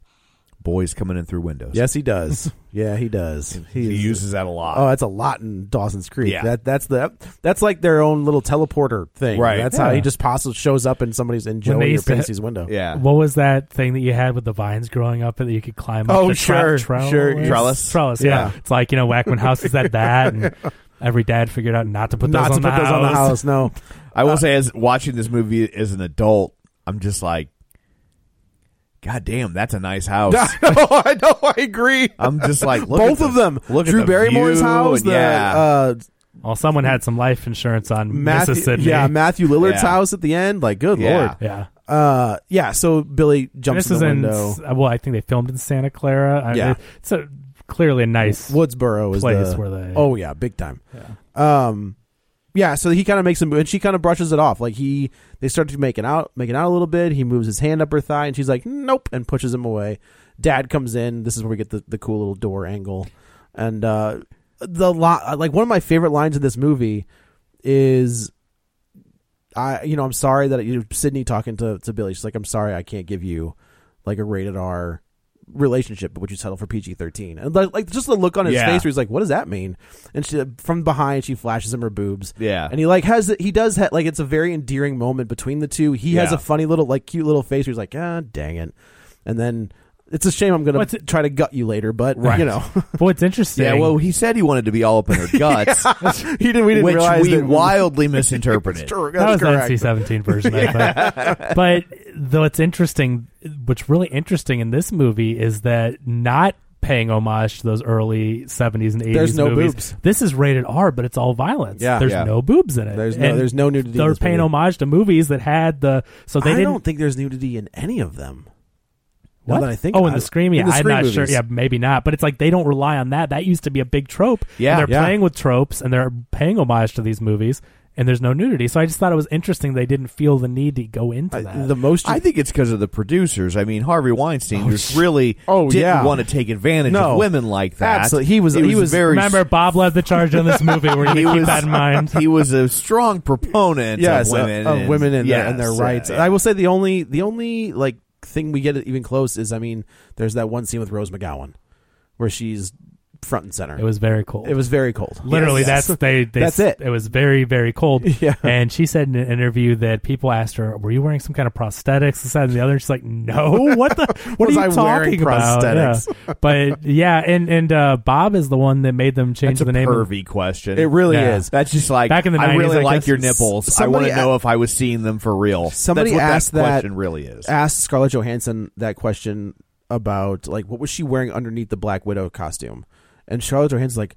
Speaker 1: boys coming in through windows.
Speaker 2: Yes, he does. yeah, he does.
Speaker 1: He,
Speaker 2: is-
Speaker 1: uses that a lot.
Speaker 2: Oh, that's a lot in Dawson's Creek.
Speaker 1: Yeah.
Speaker 2: That that's the that's like their own little teleporter thing.
Speaker 1: Right.
Speaker 2: That's how
Speaker 3: Yeah.
Speaker 2: he just possibly shows up in somebody's in
Speaker 3: they
Speaker 2: Joey or
Speaker 3: used to-
Speaker 2: Pincy's window.
Speaker 1: yeah.
Speaker 3: What was that thing that you had with the vines growing up that you could climb up?
Speaker 2: Oh,
Speaker 3: the
Speaker 2: sure,
Speaker 3: tre- trellis?
Speaker 2: sure, yeah.
Speaker 1: Trellis.
Speaker 3: Trellis, yeah.
Speaker 2: Yeah.
Speaker 3: It's like, you know, whack when houses had that, and every dad figured out not to put those,
Speaker 2: Not
Speaker 3: on,
Speaker 2: to
Speaker 3: the
Speaker 2: put those on the
Speaker 3: house.
Speaker 2: house. No.
Speaker 1: I will
Speaker 2: Uh,
Speaker 1: say, as watching this movie as an adult, I'm just like, God damn, that's a nice house.
Speaker 2: no, I know. I agree.
Speaker 1: I'm just like, look at
Speaker 2: Both
Speaker 1: the-
Speaker 2: of them.
Speaker 1: Look
Speaker 2: Drew
Speaker 1: at the
Speaker 2: Barrymore's
Speaker 1: view
Speaker 2: house.
Speaker 1: and
Speaker 2: The,
Speaker 1: yeah,
Speaker 2: uh,
Speaker 3: Well, someone had some life insurance on
Speaker 2: Matthew,
Speaker 3: Mississippi.
Speaker 2: yeah, Matthew Lillard's
Speaker 1: Yeah.
Speaker 2: house at the end. Like, good
Speaker 1: Yeah.
Speaker 2: lord.
Speaker 3: yeah.
Speaker 2: Uh, yeah. So Billy jumps
Speaker 3: This
Speaker 2: in
Speaker 3: is
Speaker 2: the
Speaker 3: in,
Speaker 2: window.
Speaker 3: s- uh, well, I think they filmed in Santa Clara. I-
Speaker 2: Yeah.
Speaker 3: It's a, clearly a nice
Speaker 2: Woodsboro is
Speaker 3: place
Speaker 2: the,
Speaker 3: where they-
Speaker 2: Oh yeah, big time. Yeah. Um, yeah. So he kind of makes him, and she kind of brushes it off. Like he, they start to make it out, making out a little bit. He moves his hand up her thigh, and she's like, "Nope," and pushes him away. Dad comes in. This is where we get the the cool little door angle, and uh, the lot. Like one of my favorite lines in this movie is. I you know I'm sorry that you Sydney talking to to Billy she's like I'm sorry I can't give you like a rated R relationship, but would you settle for PG thirteen? And like, like just the look on his
Speaker 1: Yeah.
Speaker 2: face where he's like, "What does that mean?" And she from behind she flashes him her boobs.
Speaker 1: Yeah.
Speaker 2: and he like has he does ha- like it's a very endearing moment between the two. He has
Speaker 1: Yeah.
Speaker 2: a funny little like cute little face. Where he's like, "Ah, dang it," and then. It's a shame I'm gonna
Speaker 3: What's it-
Speaker 2: try to gut you later, but
Speaker 3: Right.
Speaker 2: you know,
Speaker 3: But what's interesting.
Speaker 1: yeah. Well, he said he wanted to be all up in her guts,
Speaker 2: he didn't. We didn't
Speaker 1: which
Speaker 2: realize
Speaker 1: we
Speaker 2: that
Speaker 1: wildly misinterpreted.
Speaker 2: Sure,
Speaker 3: that was
Speaker 2: that's correct.
Speaker 3: the NC seventeen version, I think. But though it's interesting, what's really interesting in this movie is that not paying homage to those early seventies and eighties.
Speaker 2: There's no
Speaker 3: movies,
Speaker 2: boobs.
Speaker 3: This is rated R, but it's all violence.
Speaker 2: Yeah.
Speaker 3: there's
Speaker 2: Yeah.
Speaker 3: no boobs in it.
Speaker 2: There's no-
Speaker 3: And
Speaker 2: there's no nudity in
Speaker 3: They're
Speaker 2: this
Speaker 3: paying
Speaker 2: movie.
Speaker 3: homage to movies that had the so they
Speaker 2: I
Speaker 3: didn't.
Speaker 2: don't think there's nudity in any of them. Now
Speaker 3: what?
Speaker 2: that I think
Speaker 3: oh,
Speaker 2: about
Speaker 3: in the
Speaker 2: it.
Speaker 3: Scream, yeah,
Speaker 2: In the
Speaker 3: I'm
Speaker 2: Scream
Speaker 3: not sure.
Speaker 2: movies.
Speaker 3: Yeah, maybe not. But it's like they don't rely on that. That used to be a big trope.
Speaker 1: Yeah,
Speaker 3: and they're
Speaker 1: yeah.
Speaker 3: playing with tropes and they're paying homage to these movies. And there's no nudity, so I just thought it was interesting they didn't feel the need to go into
Speaker 2: I-
Speaker 3: that.
Speaker 2: the most
Speaker 1: I think it's because of the producers. I mean, Harvey Weinstein just really
Speaker 2: Oh,
Speaker 1: didn't
Speaker 2: yeah.
Speaker 1: want to take advantage
Speaker 2: No.
Speaker 1: of women like that.
Speaker 2: Absolutely. He was-
Speaker 1: It
Speaker 2: he was-
Speaker 1: very.
Speaker 3: Remember, Bob led the charge on this movie. We're going to
Speaker 1: he
Speaker 3: keep
Speaker 1: was
Speaker 3: that in mind.
Speaker 1: He was a strong proponent
Speaker 2: yes, uh,
Speaker 1: of women,
Speaker 2: of, women and, their,
Speaker 1: yes,
Speaker 2: and their
Speaker 1: uh,
Speaker 2: rights.
Speaker 1: yeah.
Speaker 2: I will say the only the only like thing we get even close is I mean there's that one scene with Rose McGowan where she's front and center.
Speaker 3: It was very cold.
Speaker 2: it was very cold.
Speaker 3: literally
Speaker 2: Yes.
Speaker 3: that's they, they.
Speaker 2: That's it.
Speaker 3: It was very very cold.
Speaker 2: Yeah.
Speaker 3: And she said in an interview that people asked her, "Were you wearing some kind of prosthetics?" This that, and the other. And she's like, "No. What the? What
Speaker 2: Was
Speaker 3: are you
Speaker 2: I wearing
Speaker 3: talking about?"
Speaker 2: prosthetics?
Speaker 3: Yeah. But yeah, and and uh, Bob is the one that made them change
Speaker 1: That's a
Speaker 3: the name. of-
Speaker 1: pervy question.
Speaker 2: It really
Speaker 3: Yeah.
Speaker 2: is.
Speaker 1: That's just like
Speaker 3: Back in the
Speaker 1: I
Speaker 3: 90s,
Speaker 1: really
Speaker 3: I
Speaker 1: like
Speaker 3: guess.
Speaker 1: your nipples. I want
Speaker 2: Somebody
Speaker 1: to know if I was seeing them for real.
Speaker 2: Somebody
Speaker 1: That's what
Speaker 2: asked
Speaker 1: that
Speaker 2: that-
Speaker 1: question really is.
Speaker 2: asked Scarlett Johansson that question about like what was she wearing underneath the Black Widow costume, and Scarlett Johansson's like,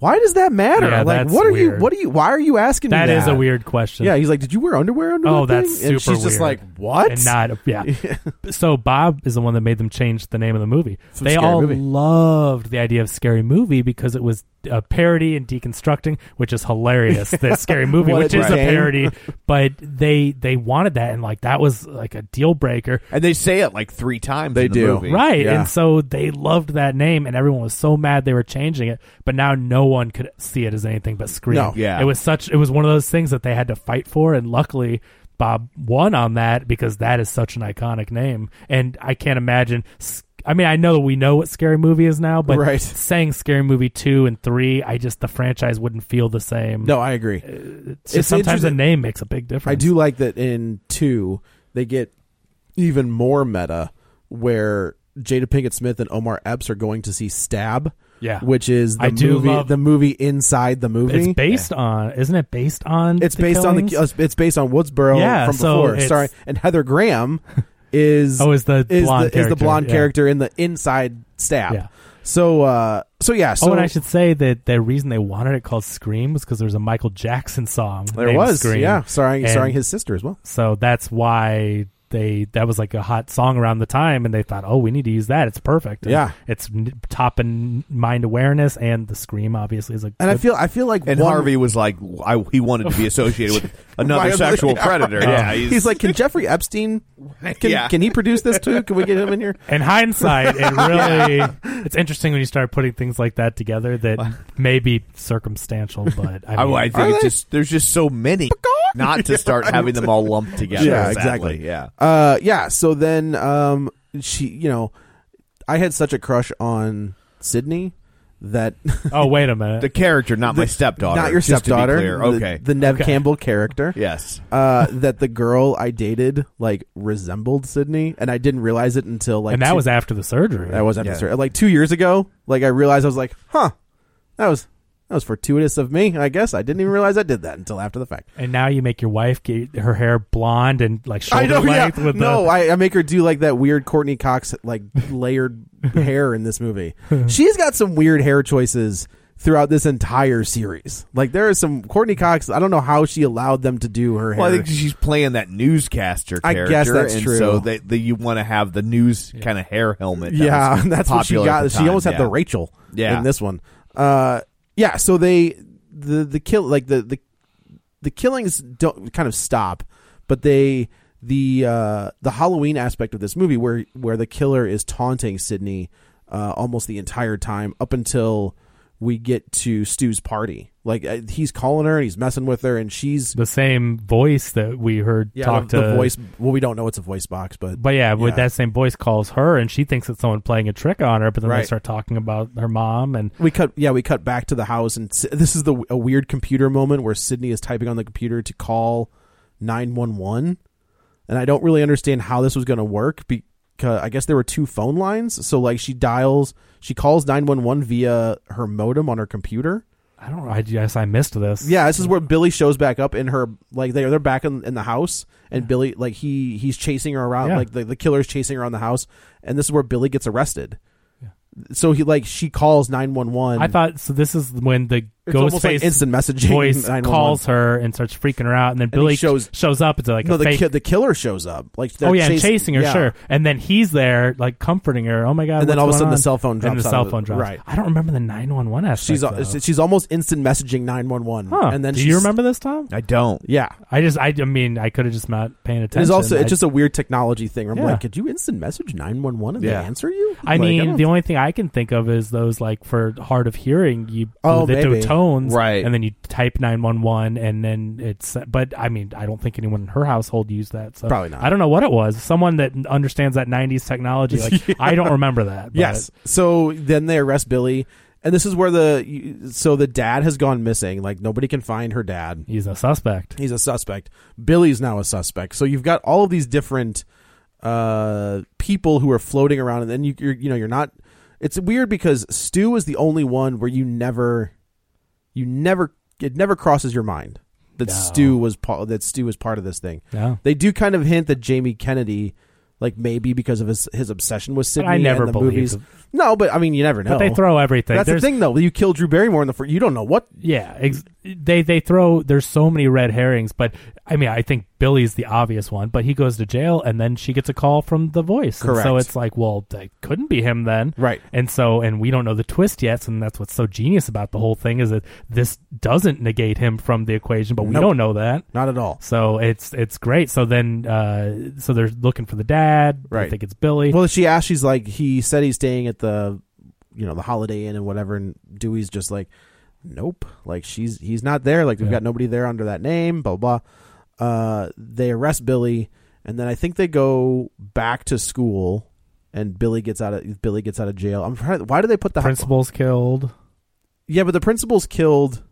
Speaker 2: Why does that matter?
Speaker 3: Yeah,
Speaker 2: like,
Speaker 3: that's
Speaker 2: what are
Speaker 3: weird.
Speaker 2: you? What are you? Why are you asking?
Speaker 3: That
Speaker 2: me
Speaker 3: is a weird question.
Speaker 2: Yeah, he's like, did you wear underwear under?
Speaker 3: Oh,
Speaker 2: that
Speaker 3: that's
Speaker 2: thing?" And
Speaker 3: super
Speaker 2: she's just
Speaker 3: weird.
Speaker 2: like, what?
Speaker 3: and not yeah. so Bob is the one that made them change the name of the movie.
Speaker 2: From
Speaker 3: they
Speaker 2: Scary
Speaker 3: all
Speaker 2: Movie.
Speaker 3: loved the idea of scary movie because it was a parody and deconstructing, which is hilarious. that scary movie,
Speaker 2: What a
Speaker 3: which is a
Speaker 2: shame.
Speaker 3: parody, but they they wanted that and like that was like a deal breaker.
Speaker 1: And they say it like three times.
Speaker 2: They
Speaker 1: in the
Speaker 2: do.
Speaker 1: movie.
Speaker 3: Right.
Speaker 2: Yeah.
Speaker 3: And so they loved that name and everyone was so mad they were changing it, but now no one could see it as anything but Scream.
Speaker 2: No.
Speaker 1: Yeah.
Speaker 3: It was such it was one of those things that they had to fight for and luckily Bob won on that because that is such an iconic name and I can't imagine s- I mean I know we know what Scary Movie is now, but
Speaker 2: Right.
Speaker 3: saying Scary Movie 2 and 3, I just the franchise wouldn't feel the same.
Speaker 2: no, I agree.
Speaker 3: Uh, It's just
Speaker 2: it's
Speaker 3: sometimes the
Speaker 2: interesting.
Speaker 3: name makes a big difference.
Speaker 2: I do like that in two they get even more meta where Jada Pinkett Smith and Omar Epps are going to see Stab.
Speaker 3: Yeah.
Speaker 2: which is the
Speaker 3: I do
Speaker 2: movie
Speaker 3: love-
Speaker 2: the movie inside the movie.
Speaker 3: It's based on isn't it based on
Speaker 2: It's
Speaker 3: the
Speaker 2: based
Speaker 3: killings?
Speaker 2: on the. uh, It's based on Woodsboro
Speaker 3: Yeah,
Speaker 2: from
Speaker 3: so
Speaker 2: before.
Speaker 3: it's-
Speaker 2: Sorry, and Heather Graham uh, is
Speaker 3: Oh, is the blonde
Speaker 2: is the
Speaker 3: character,
Speaker 2: blonde
Speaker 3: yeah.
Speaker 2: character in the inside stab.
Speaker 3: Yeah.
Speaker 2: So uh, so yeah. So
Speaker 3: oh, and I should say that the reason they wanted it called Scream was because there was a Michael Jackson song.
Speaker 2: there
Speaker 3: named
Speaker 2: was
Speaker 3: Scream.
Speaker 2: yeah, starring
Speaker 3: And
Speaker 2: starring his sister as well.
Speaker 3: So that's why they that was like a hot song around the time, and they thought, oh, we need to use that. It's perfect. And
Speaker 2: Yeah.
Speaker 3: it's n- top in mind awareness, and the Scream obviously is a.
Speaker 2: And I
Speaker 3: good-
Speaker 2: feel I feel like
Speaker 1: And
Speaker 2: one-
Speaker 1: Harvey was like, I, he wanted to be associated with another
Speaker 2: Violently-
Speaker 1: sexual predator. Yeah,
Speaker 2: he's, like, can Jeffrey Epstein? Can,
Speaker 1: Yeah.
Speaker 2: can he produce this too? Can we get him in here?
Speaker 3: In hindsight, it really it's interesting when you start putting things like that together that may be circumstantial, but I,
Speaker 1: I,
Speaker 3: mean,
Speaker 1: I think it's
Speaker 2: they?
Speaker 1: just there's just so many not to start having them all lumped together.
Speaker 2: Yeah,
Speaker 1: sadly.
Speaker 2: exactly.
Speaker 1: Yeah,
Speaker 2: Uh, yeah. So then, um, she, you know, I had such a crush on Sydney that
Speaker 3: oh wait a minute,
Speaker 1: the character, not my stepdaughter,
Speaker 2: not your
Speaker 1: just to be
Speaker 2: stepdaughter,
Speaker 1: clear.
Speaker 2: the-
Speaker 1: Okay,
Speaker 2: the, Nev Campbell character.
Speaker 1: yes,
Speaker 2: Uh, that the girl I dated like resembled Sydney, and I didn't realize it until like
Speaker 3: and that
Speaker 2: two-
Speaker 3: was after the surgery.
Speaker 2: that was after
Speaker 1: Yeah.
Speaker 2: sorry, like two years ago. Like I realized I was like, huh, that was that was fortuitous of me. I guess I didn't even realize I did that until after the fact.
Speaker 3: And now you make your wife get her hair blonde and like shoulder
Speaker 2: I know, yeah.
Speaker 3: length with
Speaker 2: no,
Speaker 3: the.
Speaker 2: I, I make her do like that weird Courtney Cox like layered hair in this movie. She's got some weird hair choices throughout this entire series. Like there is some Courtney Cox. I don't know how she allowed them to do her hair.
Speaker 1: Well, I think she's playing that newscaster
Speaker 2: I
Speaker 1: character.
Speaker 2: guess that's
Speaker 1: and
Speaker 2: true.
Speaker 1: So they, they, you want to have the news kind of hair helmet. that
Speaker 2: yeah,
Speaker 1: was
Speaker 2: that's what she
Speaker 1: popular at
Speaker 2: got.
Speaker 1: the
Speaker 2: She
Speaker 1: time,
Speaker 2: almost
Speaker 1: yeah.
Speaker 2: had the Rachel
Speaker 1: Yeah.
Speaker 2: in this one. Uh, yeah. So they the the kill like the the the killings don't kind of stop, but they the uh, the Halloween aspect of this movie where where the killer is taunting Sydney uh, almost the entire time up until we get to Stu's party. Like uh, he's calling her and he's messing with her, and she's
Speaker 3: the same voice that we heard talk
Speaker 2: the,
Speaker 3: to
Speaker 2: the voice. Well, we don't know it's a voice box, but
Speaker 3: But yeah, with
Speaker 2: Yeah.
Speaker 3: that same voice calls her, and she thinks it's someone playing a trick on her. But then they
Speaker 2: Right.
Speaker 3: start talking about her mom, and
Speaker 2: we cut yeah we cut back to the house and S- this is the a weird computer moment where sydney is typing on the computer to call 911 and i don't really understand how this was going to work because i guess there were two phone lines so like she dials she calls 911 via her modem on her computer
Speaker 3: I don't know. I guess I missed this.
Speaker 2: yeah this is where billy shows back up in her like they, they're back in, in the house and billy like he he's chasing her around
Speaker 3: Yeah.
Speaker 2: like the, the killer's chasing her around the house and this is where billy gets arrested so he like she calls 911
Speaker 3: I thought so. This is when the
Speaker 2: It's almost like
Speaker 3: Ghostface
Speaker 2: instant messaging,
Speaker 3: voice
Speaker 2: 911.
Speaker 3: calls her and starts freaking her out, and then
Speaker 2: he
Speaker 3: Billy shows
Speaker 2: shows-
Speaker 3: shows up. It's like
Speaker 2: no,
Speaker 3: a
Speaker 2: the
Speaker 3: fake.
Speaker 2: ki- the killer shows up. Like they're
Speaker 3: oh yeah, and
Speaker 2: chas-
Speaker 3: chasing her,
Speaker 2: yeah.
Speaker 3: sure. And then he's there, like comforting her. Oh my god!
Speaker 2: And then
Speaker 3: what's
Speaker 2: all of
Speaker 3: going
Speaker 2: a sudden the
Speaker 3: on?
Speaker 2: cell phone drops
Speaker 3: And the
Speaker 2: out
Speaker 3: cell
Speaker 2: of the-
Speaker 3: phone drops.
Speaker 2: right.
Speaker 3: I don't remember the nine one one aspect.
Speaker 2: She's
Speaker 3: though.
Speaker 2: she's almost instant messaging nine one one.
Speaker 3: uh, Huh.
Speaker 2: And then
Speaker 3: do
Speaker 2: she's-
Speaker 3: you remember this, Tom?
Speaker 1: I don't.
Speaker 2: Yeah,
Speaker 3: I just, I, I mean, I could have just not paying attention.
Speaker 2: it's also
Speaker 3: I,
Speaker 2: it's just a weird technology thing. Where I'm
Speaker 3: Yeah.
Speaker 2: like, could you instant message nine one one and
Speaker 1: Yeah.
Speaker 2: they answer you?
Speaker 3: I
Speaker 2: Like,
Speaker 3: mean,
Speaker 2: don't-
Speaker 3: the only thing I can think of is those like for hard of hearing, you
Speaker 2: Oh,
Speaker 3: they do
Speaker 2: maybe.
Speaker 3: tones,
Speaker 1: Right.
Speaker 3: And then you type nine one one, and then it's. But I mean, I don't think anyone in her household used that. So
Speaker 2: Probably not.
Speaker 3: I don't know what it was. Someone that n- understands that '90s technology, like I don't remember that. but-
Speaker 2: yes. So then they arrest Billy, and this is where the so the dad has gone missing. Like nobody can find her dad.
Speaker 3: he's a suspect.
Speaker 2: He's a suspect. Billy's now a suspect. So you've got all of these different uh, people who are floating around, and then you you're, you know you're not. It's weird because Stu is the only one where you never, you never, it never crosses your mind that
Speaker 3: No.
Speaker 2: Stu was pa- that Stu was part of this thing.
Speaker 3: No.
Speaker 2: They do kind of hint that Jamie Kennedy Like maybe because of his his obsession with Sydney.
Speaker 3: I never
Speaker 2: and the
Speaker 3: believed
Speaker 2: movies.
Speaker 3: him.
Speaker 2: No, but I mean, you never
Speaker 3: But
Speaker 2: know.
Speaker 3: they throw everything.
Speaker 2: That's
Speaker 3: There's-
Speaker 2: the thing, though. You kill Drew Barrymore in the first. You don't know what.
Speaker 3: Yeah, ex- they they throw there's so many red herrings, but I mean I think Billy's the obvious one, but he goes to jail and then she gets a call from The Voice, And so
Speaker 2: Correct.
Speaker 3: it's like, well, that couldn't be him then,
Speaker 2: Right.
Speaker 3: And so and we don't know the twist yet, and that's what's so genius about the whole thing is that this doesn't negate him from the equation, but we
Speaker 2: Nope.
Speaker 3: don't know that.
Speaker 2: Not at all.
Speaker 3: So it's it's great. So then uh, so they're looking for the dad. I
Speaker 2: Right.
Speaker 3: think it's Billy.
Speaker 2: Well, she asked. She's like, he said he's staying at the, you know, the Holiday Inn and whatever. And Dewey's just like, nope. Like she's he's not there. Like we've
Speaker 3: Yeah.
Speaker 2: got nobody there under that name. Blah blah. blah. Uh, they arrest Billy, and then I think they go back to school, and Billy gets out of Billy gets out of jail. I'm trying. Why do they put the
Speaker 3: Principal's killed.
Speaker 2: Yeah, but the principal's killed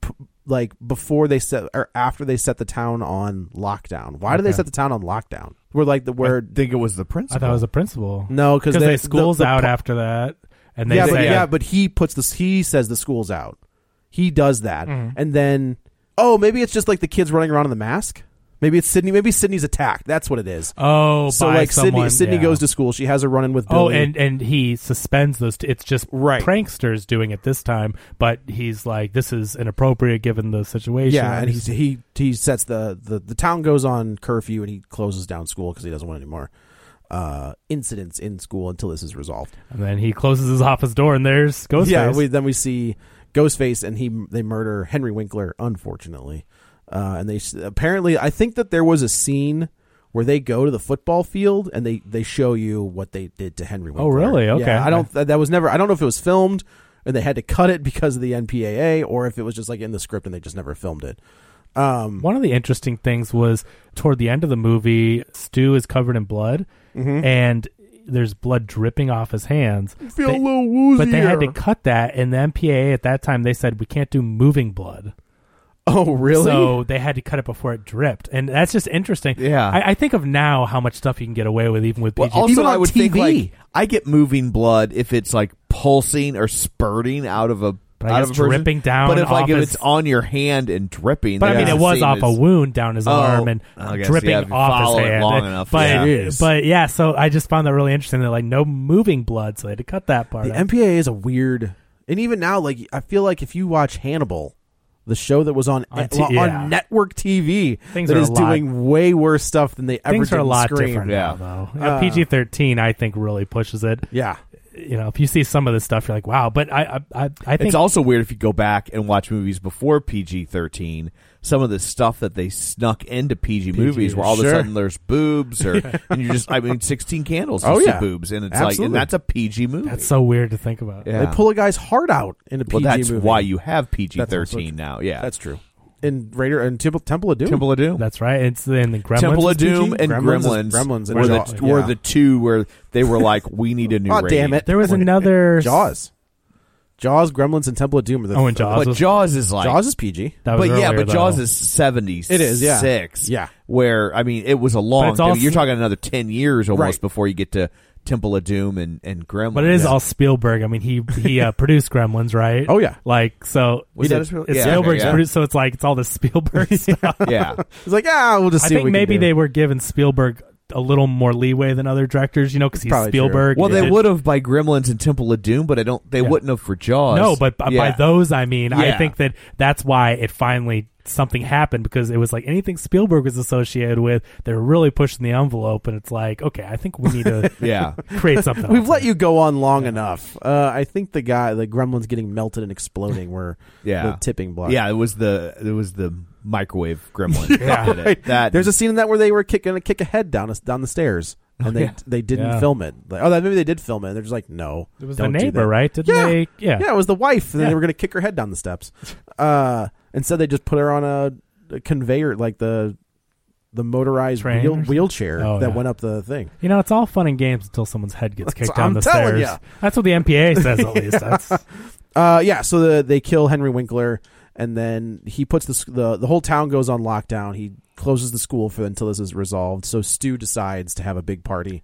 Speaker 2: p- like before they set or after they set the town on lockdown. Why do they
Speaker 3: Okay.
Speaker 2: set the town on lockdown? Where like the
Speaker 1: I
Speaker 2: where
Speaker 1: think it was the principal.
Speaker 3: I thought it was a principal.
Speaker 2: no because
Speaker 3: because they, schools out after that, and they
Speaker 2: yeah,
Speaker 3: say,
Speaker 2: but, yeah, but he puts this. He says the school's out. He does that,
Speaker 3: Mhm.
Speaker 2: and then oh, maybe it's just like the kids running around in the mask. Maybe it's Sydney. Maybe Sydney's attacked. That's what it is.
Speaker 3: Oh,
Speaker 2: so
Speaker 3: by
Speaker 2: like
Speaker 3: someone,
Speaker 2: Sydney, Sydney
Speaker 3: yeah.
Speaker 2: goes to school. She has a run in with Billy.
Speaker 3: Oh, and and he suspends those. T- it's just
Speaker 2: Right.
Speaker 3: pranksters doing it this time, but he's like, this is inappropriate given the situation.
Speaker 2: Yeah, and he's, he he sets the, the the town goes on curfew and he closes down school because he doesn't want any more uh, incidents in school until this is resolved.
Speaker 3: and then he closes his office door, and there's Ghostface.
Speaker 2: yeah, we, then we see Ghostface and he they murder Henry Winkler, unfortunately, uh, and they s- apparently I think that there was a scene where they go to the football field and they they show you what they did to Henry. Winkler.
Speaker 3: Oh, really?
Speaker 2: Yeah,
Speaker 3: Okay.
Speaker 2: I don't that was never I don't know if it was filmed and they had to cut it because of the NPAA or if it was just like in the script and they just never filmed it. Um,
Speaker 3: One of the interesting things was toward the end of the movie, Stu is covered in blood,
Speaker 2: Mm-hmm.
Speaker 3: and there's blood dripping off his hands.
Speaker 2: feel
Speaker 3: They-
Speaker 2: a little woozy.
Speaker 3: But they had to cut that, and the MPAA at that time they said we can't do moving blood.
Speaker 2: Oh, really?
Speaker 3: So they had to cut it before it dripped, and that's just interesting.
Speaker 1: Yeah.
Speaker 3: I, I think of now how much stuff you can get away with, even with
Speaker 1: Well,
Speaker 3: PG.
Speaker 1: also,
Speaker 2: Even
Speaker 1: I
Speaker 2: on
Speaker 1: would think
Speaker 2: TV.
Speaker 1: like I get moving blood if it's like pulsing or spurting out of a
Speaker 3: But
Speaker 1: out
Speaker 3: I guess
Speaker 1: of a person.
Speaker 3: dripping down
Speaker 1: But if like
Speaker 3: off
Speaker 1: if
Speaker 3: his-
Speaker 1: it's on your hand and dripping,
Speaker 3: but I
Speaker 1: that's
Speaker 3: mean, it
Speaker 1: the
Speaker 3: was
Speaker 1: same
Speaker 3: off a
Speaker 1: as-
Speaker 3: wound down his
Speaker 1: Oh,
Speaker 3: arm and
Speaker 1: I guess,
Speaker 3: dripping
Speaker 1: yeah, if you
Speaker 3: off
Speaker 1: follow
Speaker 3: his
Speaker 1: it
Speaker 3: hand.
Speaker 1: long enough,
Speaker 3: but
Speaker 1: yeah.
Speaker 3: but yeah, so I just found that really interesting. They're like no moving blood, so they had to cut that part.
Speaker 2: the
Speaker 3: out.
Speaker 2: MPAA is a weird, and even now, like I feel like if you watch Hannibal, the show that was on eh,
Speaker 3: On
Speaker 2: on,
Speaker 3: t- yeah.
Speaker 2: network TV,
Speaker 3: Things
Speaker 2: that
Speaker 3: are a
Speaker 2: is
Speaker 3: lot-
Speaker 2: doing way worse stuff than they ever
Speaker 3: Things
Speaker 2: did
Speaker 3: are a
Speaker 2: in
Speaker 3: lot
Speaker 2: Scream.
Speaker 3: different
Speaker 1: yeah.
Speaker 3: now, though.
Speaker 2: Uh,
Speaker 3: PG thirteen, I think, really pushes it.
Speaker 2: Yeah,
Speaker 3: You know, if you see some of this stuff, you're like, wow. But I, I, I, I think
Speaker 1: It's also weird if you go back and watch movies before PG thirteen. Some of the stuff that they snuck into PG, movies, where all of
Speaker 2: sure.
Speaker 1: a sudden there's boobs, or and you're just I mean, sixteen candles, you
Speaker 2: Oh,
Speaker 1: see
Speaker 2: yeah.
Speaker 1: boobs, and it's like and
Speaker 2: Absolutely.
Speaker 1: that's a PG movie.
Speaker 3: that's so weird to think about.
Speaker 1: Yeah.
Speaker 2: they pull a guy's heart out in a PG
Speaker 1: well, that's
Speaker 2: movie.
Speaker 1: why you have PG
Speaker 2: That's also true.
Speaker 1: thirteen now. Yeah,
Speaker 2: That's true. In Raider and Temple, Temple of Doom.
Speaker 1: Temple of Doom.
Speaker 3: That's right. It's in the Gremlins.
Speaker 1: Temple
Speaker 3: is
Speaker 1: of Doom
Speaker 3: PG?
Speaker 1: and
Speaker 2: Gremlins
Speaker 1: Gremlins,
Speaker 2: is- Gremlins and
Speaker 1: were the
Speaker 2: Jaws,
Speaker 1: were
Speaker 2: yeah.
Speaker 1: the two where they were like, we need a new.
Speaker 2: Aw,
Speaker 1: rating.
Speaker 2: damn it!
Speaker 3: There was
Speaker 2: Fucking-
Speaker 3: another-
Speaker 2: Jaws, Jaws, Gremlins, and Temple of Doom. Are the
Speaker 3: Oh, and Jaws.
Speaker 1: But
Speaker 3: was-
Speaker 1: Jaws is like
Speaker 2: Jaws is PG.
Speaker 3: That
Speaker 1: but
Speaker 3: was
Speaker 1: yeah,
Speaker 3: earlier,
Speaker 1: but Jaws
Speaker 3: though.
Speaker 1: is seventy.
Speaker 2: It is, yeah.
Speaker 1: six.
Speaker 2: Yeah.
Speaker 1: where I mean, it was a
Speaker 3: But
Speaker 1: long.
Speaker 3: it's all
Speaker 1: I mean, you're
Speaker 3: s-
Speaker 1: talking another ten years almost
Speaker 2: Right.
Speaker 1: before you get to Temple of Doom and and Gremlins.
Speaker 3: But it is all Spielberg. I mean, he he uh, produced Gremlins, right?
Speaker 2: Oh, yeah.
Speaker 3: Like so,
Speaker 1: Was
Speaker 3: he
Speaker 1: that
Speaker 3: did.
Speaker 1: his real-
Speaker 3: it's
Speaker 1: yeah, okay,
Speaker 3: Spielberg's
Speaker 1: yeah.
Speaker 3: produced. So it's like it's all the Spielberg stuff.
Speaker 1: yeah.
Speaker 2: It's like ah, we'll just
Speaker 3: I
Speaker 2: see. what
Speaker 3: think
Speaker 2: we can
Speaker 3: maybe
Speaker 2: do.
Speaker 3: they were giving Spielberg a little more leeway than other directors, you know, because he's
Speaker 2: Probably true.
Speaker 3: Spielberg.
Speaker 1: Well,
Speaker 3: He
Speaker 1: they
Speaker 3: did-
Speaker 1: would have by Gremlins and Temple of Doom, but I don't. They
Speaker 3: Yeah.
Speaker 1: wouldn't have for Jaws.
Speaker 3: No, but b- by
Speaker 1: Yeah.
Speaker 3: those I mean, I
Speaker 1: Yeah.
Speaker 3: think that that's why it finally something happened because it was like anything Spielberg was associated with, they're really pushing the envelope, and it's like, okay, I think we need to
Speaker 1: Yeah.
Speaker 3: create something. else
Speaker 2: We've
Speaker 3: here.
Speaker 2: let you go on long enough. Uh, I think the guy, the gremlins getting melted and exploding were
Speaker 1: Yeah.
Speaker 2: the tipping block.
Speaker 1: Yeah, it was the it was the microwave Gremlin. yeah, that, did it. that
Speaker 2: There's a scene in that where they were kicking a kick a head down a, down the stairs, and they they didn't
Speaker 3: Oh, Yeah.
Speaker 2: film it. Like, oh, that maybe they did film it. And they're just like, no,
Speaker 3: It was
Speaker 2: don't
Speaker 3: the
Speaker 2: do
Speaker 3: neighbor,
Speaker 2: that.
Speaker 3: right? Didn't
Speaker 2: yeah.
Speaker 3: they? Yeah.
Speaker 2: yeah, It was the wife,
Speaker 3: Yeah.
Speaker 2: and then they were gonna kick her head down the steps. Uh, instead, they just put her on a, a conveyor, like the the motorized
Speaker 3: Train
Speaker 2: wheel,
Speaker 3: or something?
Speaker 2: wheelchair
Speaker 3: Oh,
Speaker 2: that
Speaker 3: yeah.
Speaker 2: went up the thing.
Speaker 3: You know, it's all fun and games until someone's head gets kicked
Speaker 2: what
Speaker 3: down
Speaker 2: I'm
Speaker 3: the
Speaker 2: telling
Speaker 3: stairs.
Speaker 2: ya.
Speaker 3: That's what the MPA says, at least. That's,
Speaker 2: Uh, yeah. So the, they kill Henry Winkler, and then he puts the, s- the the whole town goes on lockdown. He closes the school for until this is resolved. So Stu decides to have a big party.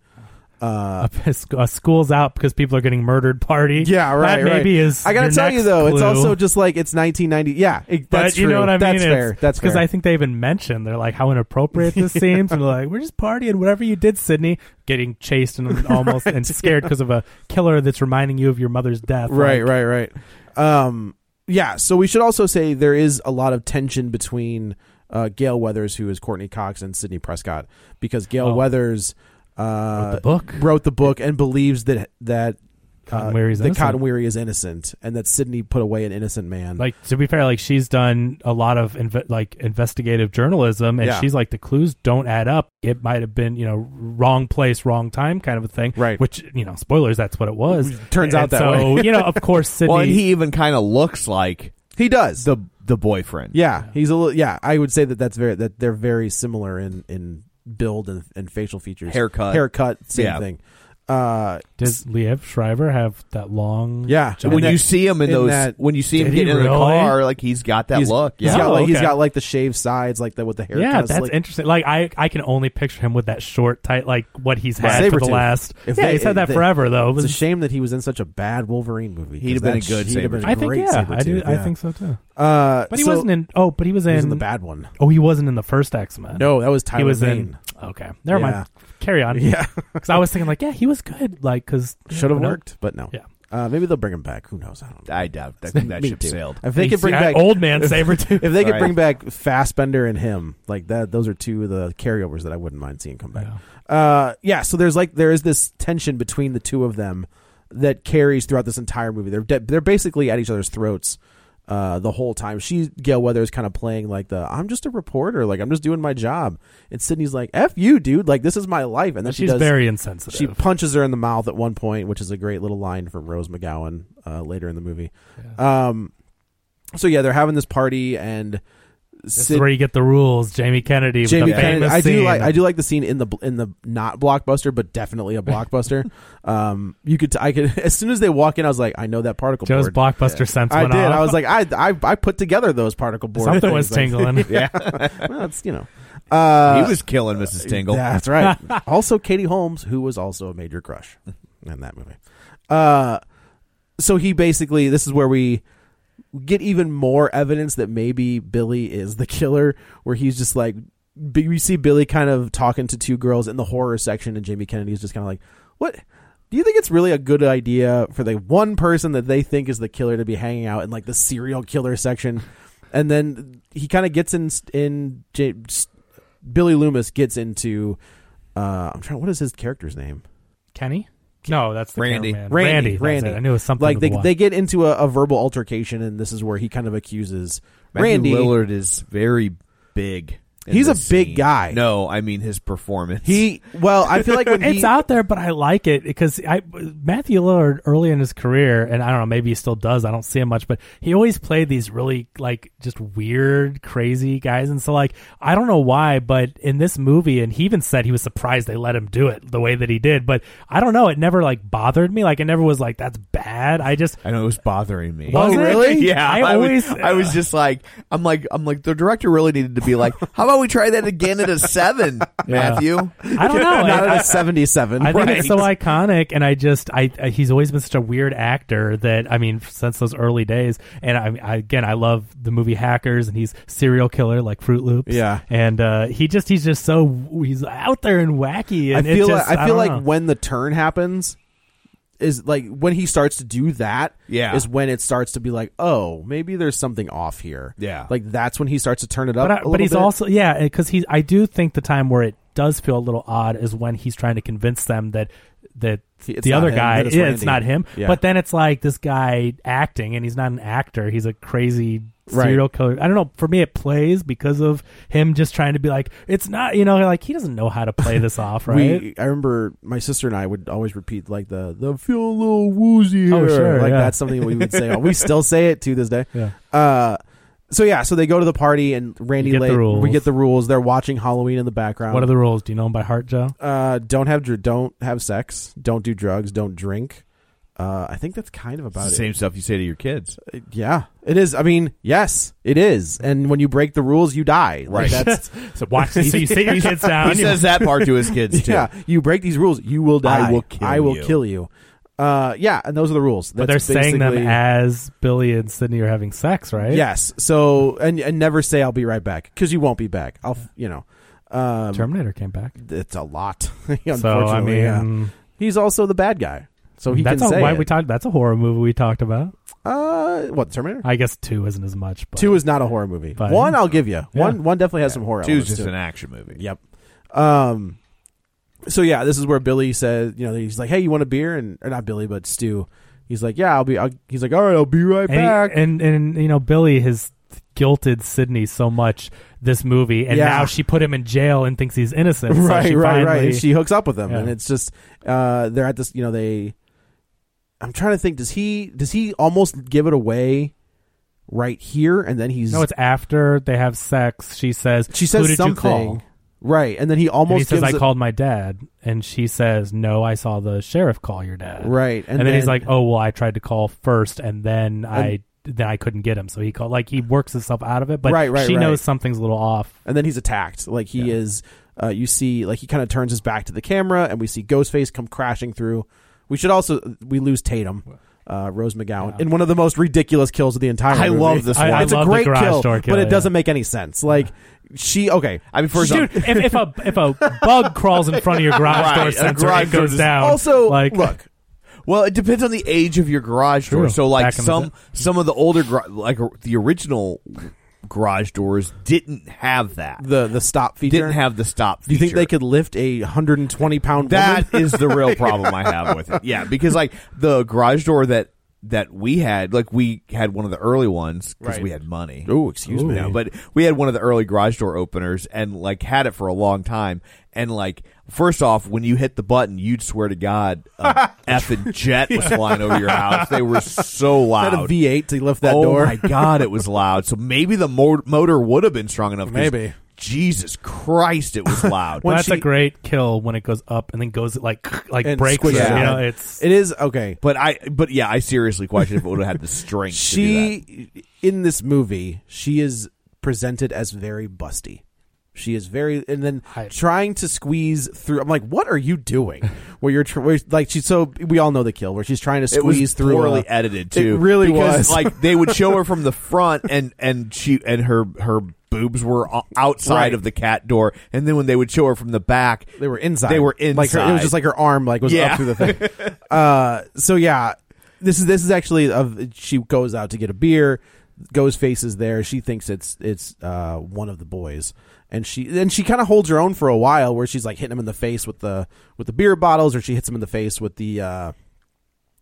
Speaker 2: Uh,
Speaker 3: a, a school's out because people are getting murdered party.
Speaker 2: Yeah, right.
Speaker 3: That maybe
Speaker 2: right.
Speaker 3: is.
Speaker 2: I gotta
Speaker 3: your
Speaker 2: tell you
Speaker 3: next
Speaker 2: though, it's
Speaker 3: clue.
Speaker 2: also just like it's 1990. Yeah, it-
Speaker 3: But
Speaker 2: that's
Speaker 3: you know
Speaker 2: true.
Speaker 3: what I mean?
Speaker 2: That's fair. That's
Speaker 3: because
Speaker 2: fair.
Speaker 3: I think they even mentioned they're like how inappropriate this seems, and they're like we're just partying, whatever you did, Sydney, getting chased and almost and scared because of a killer that's reminding you of your mother's death.
Speaker 2: right,
Speaker 3: Like,
Speaker 2: right, right. Um, yeah. So we should also say there is a lot of tension between uh, Gail Weathers, who is Courtney Cox, and Sidney Prescott, because Gail
Speaker 3: Oh.
Speaker 2: Weathers uh,
Speaker 3: Wrote the book.
Speaker 2: wrote the book and believes that that uh,
Speaker 3: Cotton Weary's
Speaker 2: that
Speaker 3: innocent.
Speaker 2: Cotton Weary is innocent, and that Sidney put away an innocent man.
Speaker 3: Like to be fair, like she's done a lot of inve- like investigative journalism, and
Speaker 2: Yeah.
Speaker 3: she's like the clues don't add up. It might have been you know wrong place, wrong time kind of a thing,
Speaker 2: Right.
Speaker 3: Which you know, spoilers, that's what it was.
Speaker 2: Turns out
Speaker 3: And
Speaker 2: that
Speaker 3: so,
Speaker 2: way.
Speaker 3: you know, of course, Sydney.
Speaker 1: Well, and he even kind of looks like
Speaker 2: he does.
Speaker 1: the the boyfriend.
Speaker 2: yeah, he's a little. Yeah, I would say that that's very that they're very similar in in build and, and facial features,
Speaker 1: Haircut.
Speaker 2: haircut, same
Speaker 1: Yeah.
Speaker 2: thing. Uh,
Speaker 3: Does Liev Shriver have that long?
Speaker 2: Yeah.
Speaker 3: John-
Speaker 1: when
Speaker 2: In
Speaker 1: you
Speaker 2: that-
Speaker 1: see him in,
Speaker 2: in
Speaker 1: those,
Speaker 2: that-
Speaker 1: when you see him
Speaker 3: Did he
Speaker 1: getting in the
Speaker 3: really?
Speaker 1: car, like he's got that
Speaker 2: he's-
Speaker 1: look.
Speaker 2: he's
Speaker 1: Yeah,
Speaker 2: got,
Speaker 3: Oh,
Speaker 2: like, he's
Speaker 3: okay.
Speaker 2: got like the shaved sides, like the with the haircut.
Speaker 3: yeah,
Speaker 2: It's
Speaker 3: that's
Speaker 2: like,
Speaker 3: interesting. Like I, I can only picture him with that short, tight, like what he's had
Speaker 2: Right.
Speaker 3: for the
Speaker 2: Sabretooth.
Speaker 3: last.
Speaker 2: If
Speaker 3: yeah,
Speaker 2: they-
Speaker 3: he's had that
Speaker 2: they-
Speaker 3: forever though. It
Speaker 2: It's a
Speaker 3: was-
Speaker 2: shame that he was in such a bad Wolverine movie. 'cause
Speaker 1: He'd have been a
Speaker 2: that-
Speaker 1: good
Speaker 2: he'd have been a
Speaker 3: I think
Speaker 2: great
Speaker 3: yeah, I do.
Speaker 2: Sabretooth,
Speaker 3: I
Speaker 2: yeah.
Speaker 3: think so too.
Speaker 2: Uh,
Speaker 3: But he
Speaker 2: so-
Speaker 3: wasn't in. Oh, but he was
Speaker 2: he
Speaker 3: in.
Speaker 2: was in the bad one.
Speaker 3: oh, he wasn't in the first X Men.
Speaker 2: No, that was Tyler
Speaker 3: he was
Speaker 2: Bane.
Speaker 3: in. Okay, never
Speaker 2: Yeah.
Speaker 3: mind. Carry on.
Speaker 2: Yeah,
Speaker 3: because I was thinking like, yeah, he was good. Like, because
Speaker 2: should have worked, but no.
Speaker 3: Yeah.
Speaker 2: Uh, maybe they'll bring him back. Who knows? I don't. know.
Speaker 1: I doubt that, that
Speaker 2: Me
Speaker 1: ship
Speaker 2: too.
Speaker 1: sailed.
Speaker 2: If they could bring back
Speaker 3: old man saber too.
Speaker 2: if they could
Speaker 1: Right.
Speaker 2: bring back Fassbender and him, like that, those are two of the carryovers that I wouldn't mind seeing come back. Uh, yeah. So there's like there is this tension between the two of them that carries throughout this entire movie. They're de- they're basically at each other's throats uh, the whole time. She Gail Weathers kind of playing like the I'm just a reporter, like I'm just doing my job, and Sydney's like F you, dude, like this is my life, and then she
Speaker 3: She's
Speaker 2: does
Speaker 3: very insensitive.
Speaker 2: she punches her in the mouth at one point, which is a great little line from Rose McGowan uh, later in the movie. Um, so yeah, they're having this party and
Speaker 3: this
Speaker 2: Sid-
Speaker 3: is where you get the rules. Jamie Kennedy. With
Speaker 2: Jamie
Speaker 3: the
Speaker 2: Kennedy.
Speaker 3: famous
Speaker 2: I do
Speaker 3: scene.
Speaker 2: like I do like the scene in the in the not blockbuster, but definitely a blockbuster. um, you could t- I could as soon as they walk in, I was like, I know that particle
Speaker 3: Joe's
Speaker 2: board.
Speaker 3: blockbuster sense
Speaker 2: I
Speaker 3: went
Speaker 2: did.
Speaker 3: off.
Speaker 2: I was like, I, I I put together those particle boards.
Speaker 3: something was tingling.
Speaker 2: yeah, well, it's you know. Uh,
Speaker 1: he was killing Mrs. Tingle.
Speaker 2: That's right. also, Katie Holmes, who was also a major crush in that movie. Uh, so he basically, this is where we get even more evidence that maybe Billy is the killer, where he's just like, B- we see Billy kind of talking to two girls in the horror section, and Jamie Kennedy is just kind of like, what? Do you think it's really a good idea for the one person that they think is the killer to be hanging out in like the serial killer section? And then he kind of gets in in J- Billy Loomis gets into. Uh, I'm trying. What is his character's name?
Speaker 3: Kenny. No, that's the
Speaker 1: Randy.
Speaker 3: cameraman.
Speaker 2: Randy.
Speaker 3: Randy. that's
Speaker 2: Randy.
Speaker 3: it. I knew it was something.
Speaker 2: Like
Speaker 3: with
Speaker 2: they
Speaker 3: the Y.
Speaker 2: they get into a, a verbal altercation, and this is where he kind of accuses Randy.
Speaker 1: Matthew Lillard is very big. in
Speaker 2: He's
Speaker 1: this
Speaker 2: a big
Speaker 1: scene.
Speaker 2: guy.
Speaker 1: No, I mean his performance.
Speaker 2: He well, I feel like when
Speaker 3: it's
Speaker 2: he,
Speaker 3: out there, but I like it because I Matthew Lillard early in his career, and I don't know, maybe he still does. I don't see him much, but he always played these really like just weird, crazy guys, and so like I don't know why, but in this movie, and he even said he was surprised they let him do it the way that he did. But I don't know, it never like bothered me. Like it never was like that's bad. I just
Speaker 1: I know it was bothering me.
Speaker 3: Was Oh, it? really?
Speaker 1: Yeah.
Speaker 3: I always-
Speaker 1: was, I was just like, I'm like, I'm like, the director really needed to be like, how about we try that again at a seven, Matthew?
Speaker 3: I don't know.
Speaker 2: not
Speaker 3: I-
Speaker 2: at a 77.
Speaker 3: I think it's so
Speaker 2: Right.
Speaker 3: iconic, and I just I, I he's always been such a weird actor that I mean since those early days, and I, I again I love the movie Hackers, and he's serial killer like Fruit Loops,
Speaker 2: Yeah.
Speaker 3: and uh, he just he's just so he's out there and wacky,
Speaker 2: I
Speaker 3: and it
Speaker 2: feel
Speaker 3: just-
Speaker 2: like I
Speaker 3: don't
Speaker 2: feel like
Speaker 3: know.
Speaker 2: when the turn happens is like when he starts to do that
Speaker 1: Yeah.
Speaker 2: is when it starts to be like oh maybe there's something off here
Speaker 1: Yeah.
Speaker 2: like that's when he starts to turn it up
Speaker 3: but
Speaker 2: a
Speaker 3: I,
Speaker 2: little
Speaker 3: but he's
Speaker 2: bit.
Speaker 3: also yeah because he's I do think the time where it does feel a little odd is when he's trying to convince them that that.
Speaker 2: It's
Speaker 3: the
Speaker 2: not
Speaker 3: other
Speaker 2: him,
Speaker 3: guy,
Speaker 2: that it's
Speaker 3: yeah, it's
Speaker 2: Randy.
Speaker 3: not him.
Speaker 2: Yeah.
Speaker 3: But then it's like this guy acting, and he's not an actor. He's a crazy
Speaker 2: Right.
Speaker 3: serial killer. I don't know. For me, it plays because of him just trying to be like, it's not, you know, like he doesn't know how to play this off, right?
Speaker 2: We, I remember my sister and I would always repeat like the the feel a little woozy here.
Speaker 3: Oh, sure,
Speaker 2: like
Speaker 3: yeah.
Speaker 2: that's something we would say. we still say it to this day.
Speaker 3: Yeah.
Speaker 2: Uh, so yeah, so they go to the party and Randy
Speaker 3: You get
Speaker 2: Lake-
Speaker 3: the rules.
Speaker 2: we get the rules. They're watching Halloween in the background.
Speaker 3: what are the rules? Do you know them by heart, Joe?
Speaker 2: uh, don't have dr- don't have sex, don't do drugs, don't drink, Uh, I think that's kind of about
Speaker 1: It's
Speaker 2: it.
Speaker 1: the same stuff you say to your kids.
Speaker 2: Yeah, it is. I mean, yes, it is. And when you break the rules, you die. Like, that's
Speaker 3: so watch this. So you sit your kids down.
Speaker 1: He says that part to his kids too.
Speaker 2: yeah. You break these rules, you will die.
Speaker 1: I will kill
Speaker 2: I will
Speaker 1: you.
Speaker 2: kill you. Uh, yeah, and those are the rules.
Speaker 3: but they're
Speaker 2: That's
Speaker 3: saying them
Speaker 2: basically-
Speaker 3: as Billy and Sydney are having sex, right?
Speaker 2: Yes. So and and never say I'll be right back because you won't be back. I'll f- you know. Um,
Speaker 3: Terminator came back.
Speaker 2: it's a lot.
Speaker 3: So I
Speaker 2: unfortunately, yeah.
Speaker 3: mean,
Speaker 2: he's also the bad guy. So he
Speaker 3: that's
Speaker 2: can
Speaker 3: a,
Speaker 2: say
Speaker 3: why
Speaker 2: it.
Speaker 3: we talked. That's a horror movie we talked about.
Speaker 2: uh, what Terminator
Speaker 3: I guess two isn't as much. But
Speaker 2: Two is not a horror movie.
Speaker 3: But-
Speaker 2: one I'll give you.
Speaker 3: Yeah.
Speaker 2: One one definitely has some horror.
Speaker 1: Two's
Speaker 2: elements
Speaker 1: just
Speaker 2: to it.
Speaker 1: an action movie.
Speaker 2: Yep. Um. So yeah, this is where Billy says, you know, he's like, "Hey, you want a beer?" And or not Billy, but Stu. He's like, "Yeah, I'll be." I'll, he's like, "All right, I'll be right
Speaker 3: and, he-
Speaker 2: back."
Speaker 3: and and you know Billy has guilted Sydney so much this movie, and
Speaker 2: Yeah.
Speaker 3: now she put him in jail and thinks he's innocent. So
Speaker 2: right,
Speaker 3: she
Speaker 2: right, right.
Speaker 3: finally-
Speaker 2: And she hooks up with him,
Speaker 3: Yeah.
Speaker 2: and it's just uh, they're at this. You know, they. I'm trying to think. Does he? Does he almost give it away? Right here, and then he's.
Speaker 3: no, it's after they have sex. She says
Speaker 2: she says
Speaker 3: Who did
Speaker 2: something.
Speaker 3: You call?
Speaker 2: Right, and then he
Speaker 3: And
Speaker 2: almost
Speaker 3: he says,
Speaker 2: gives
Speaker 3: "I
Speaker 2: it-
Speaker 3: called my dad," and she says, "No, I saw the sheriff call your dad."
Speaker 2: Right,
Speaker 3: and,
Speaker 2: and
Speaker 3: then, he's
Speaker 2: then-
Speaker 3: like, "Oh well, I tried to call first, and then I then I couldn't get him, so he called." Like he works himself out of it, but
Speaker 2: Right, right,
Speaker 3: she
Speaker 2: right.
Speaker 3: knows something's a little off.
Speaker 2: and then he's attacked. Like he is, uh, you see, like he kind of turns his back to the camera, and we see Ghostface come crashing through. We should also we lose Tatum, uh, Rose McGowan, in one of the most ridiculous kills of the entire.
Speaker 1: I
Speaker 2: movie.
Speaker 1: love this I- one. I
Speaker 2: it's
Speaker 3: love
Speaker 2: a
Speaker 3: the
Speaker 2: great
Speaker 3: garage
Speaker 2: kill,
Speaker 3: door kill,
Speaker 2: but it
Speaker 3: yeah.
Speaker 2: doesn't make any sense. Like she, okay, I mean, for
Speaker 3: Dude, if, if a if a bug crawls in front of your garage
Speaker 1: Right,
Speaker 3: door
Speaker 1: a
Speaker 3: sensor,
Speaker 1: garage
Speaker 3: it
Speaker 1: door
Speaker 3: goes
Speaker 1: just-
Speaker 3: down.
Speaker 1: Also,
Speaker 3: like
Speaker 1: look. Well, it depends on the age of your garage door.
Speaker 3: True.
Speaker 1: So, like
Speaker 3: Back in the
Speaker 1: some
Speaker 3: day.
Speaker 1: some of the older, gar- like uh, the original garage doors, didn't have that.
Speaker 2: the the stop feature
Speaker 1: didn't have the stop.
Speaker 2: Do you think
Speaker 1: feature.
Speaker 2: they could lift a hundred and twenty pound woman?
Speaker 1: That is the real problem I have with it. Yeah, because like the garage door that that we had, like we had one of the early ones because we had money.
Speaker 2: Oh, excuse me.
Speaker 1: No, but we had one of the early garage door openers and like had it for a long time. And like, first off, when you hit the button, you'd swear to God, an effing jet was flying over your house. They were so
Speaker 2: Had
Speaker 1: loud.
Speaker 2: a V eight to lift that
Speaker 1: oh
Speaker 2: door.
Speaker 1: my God, it was loud. So maybe the mo- motor would have been strong enough. 'cause
Speaker 2: Maybe.
Speaker 1: Jesus Christ, it was loud.
Speaker 2: When
Speaker 3: that's
Speaker 2: she-
Speaker 3: a great kill when it goes up and then goes like like
Speaker 2: and
Speaker 3: breaks.
Speaker 2: squishes
Speaker 3: it,
Speaker 2: it.
Speaker 3: you know, it's
Speaker 2: it is okay.
Speaker 1: But I, but yeah, I seriously question if it would have had the strength. to do that.
Speaker 2: she in this movie she is presented as very busty she is very and then
Speaker 3: I-
Speaker 2: trying to squeeze through i'm like what are you doing where you're tr- where, like she's so we all know the kill where she's trying to
Speaker 1: it was
Speaker 2: squeeze through
Speaker 1: poorly
Speaker 2: a-
Speaker 1: edited too.
Speaker 2: it really
Speaker 1: because,
Speaker 2: was
Speaker 1: Like they would show her from the front, and and she and her her boobs were o- outside
Speaker 2: Right.
Speaker 1: of the cat door, and then when they would show her from the back,
Speaker 2: they were inside
Speaker 1: They were inside.
Speaker 2: like her, it was just like her arm like was
Speaker 1: Yeah.
Speaker 2: up through the thing uh so yeah this is this is actually of she goes out to get a beer goes faces there she thinks it's it's uh one of the boys and she then she kind of holds her own for a while where she's like hitting him in the face with the with the beer bottles or she hits him in the face with the uh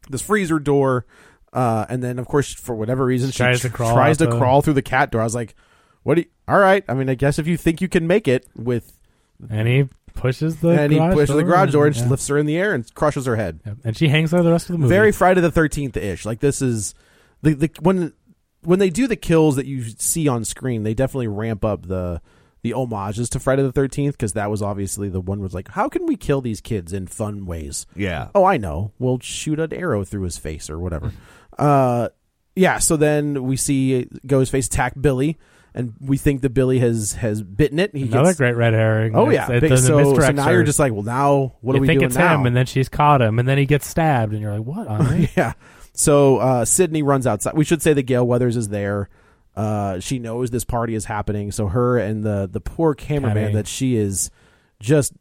Speaker 2: this freezer door uh and then of course for whatever reason she
Speaker 3: Tries
Speaker 2: tr-
Speaker 3: to crawl
Speaker 2: tries
Speaker 3: out
Speaker 2: to
Speaker 3: the-
Speaker 2: crawl through the cat door i was like what do you, all right i mean i guess if you think you can make it with
Speaker 3: and he pushes the
Speaker 2: and he
Speaker 3: garage
Speaker 2: pushes
Speaker 3: door
Speaker 2: the garage door and
Speaker 3: yeah.
Speaker 2: just lifts her in the air and crushes her head.
Speaker 3: Yep. and she hangs there the rest of the movie.
Speaker 2: Very Friday the Thirteenth ish. Like this is the the when when they do the kills that you see on screen, they definitely ramp up the the homages to Friday the Thirteenth because that was obviously the one was like, how can we kill these kids in fun ways?
Speaker 1: yeah.
Speaker 2: Oh, I know. We'll shoot an arrow through his face or whatever. uh, yeah. So then we see Ghostface attack Billy, and we think that Billy has has bitten it. He
Speaker 3: another
Speaker 2: gets,
Speaker 3: great red herring.
Speaker 2: Oh
Speaker 3: It's-
Speaker 2: yeah.
Speaker 3: it
Speaker 2: Big-
Speaker 3: does a
Speaker 2: so, so
Speaker 3: misdirect
Speaker 2: now you're
Speaker 3: her.
Speaker 2: just like, well, now what
Speaker 3: you
Speaker 2: do we
Speaker 3: think
Speaker 2: doing
Speaker 3: it's
Speaker 2: now?
Speaker 3: him, and then she's caught him, and then he gets stabbed, and you're like, "What on earth?"
Speaker 2: yeah. So uh, Sydney runs outside. We should say that Gail Weathers is there. Uh, she knows this party is happening. So her and the the poor cameraman
Speaker 3: Cammy.
Speaker 2: that she is just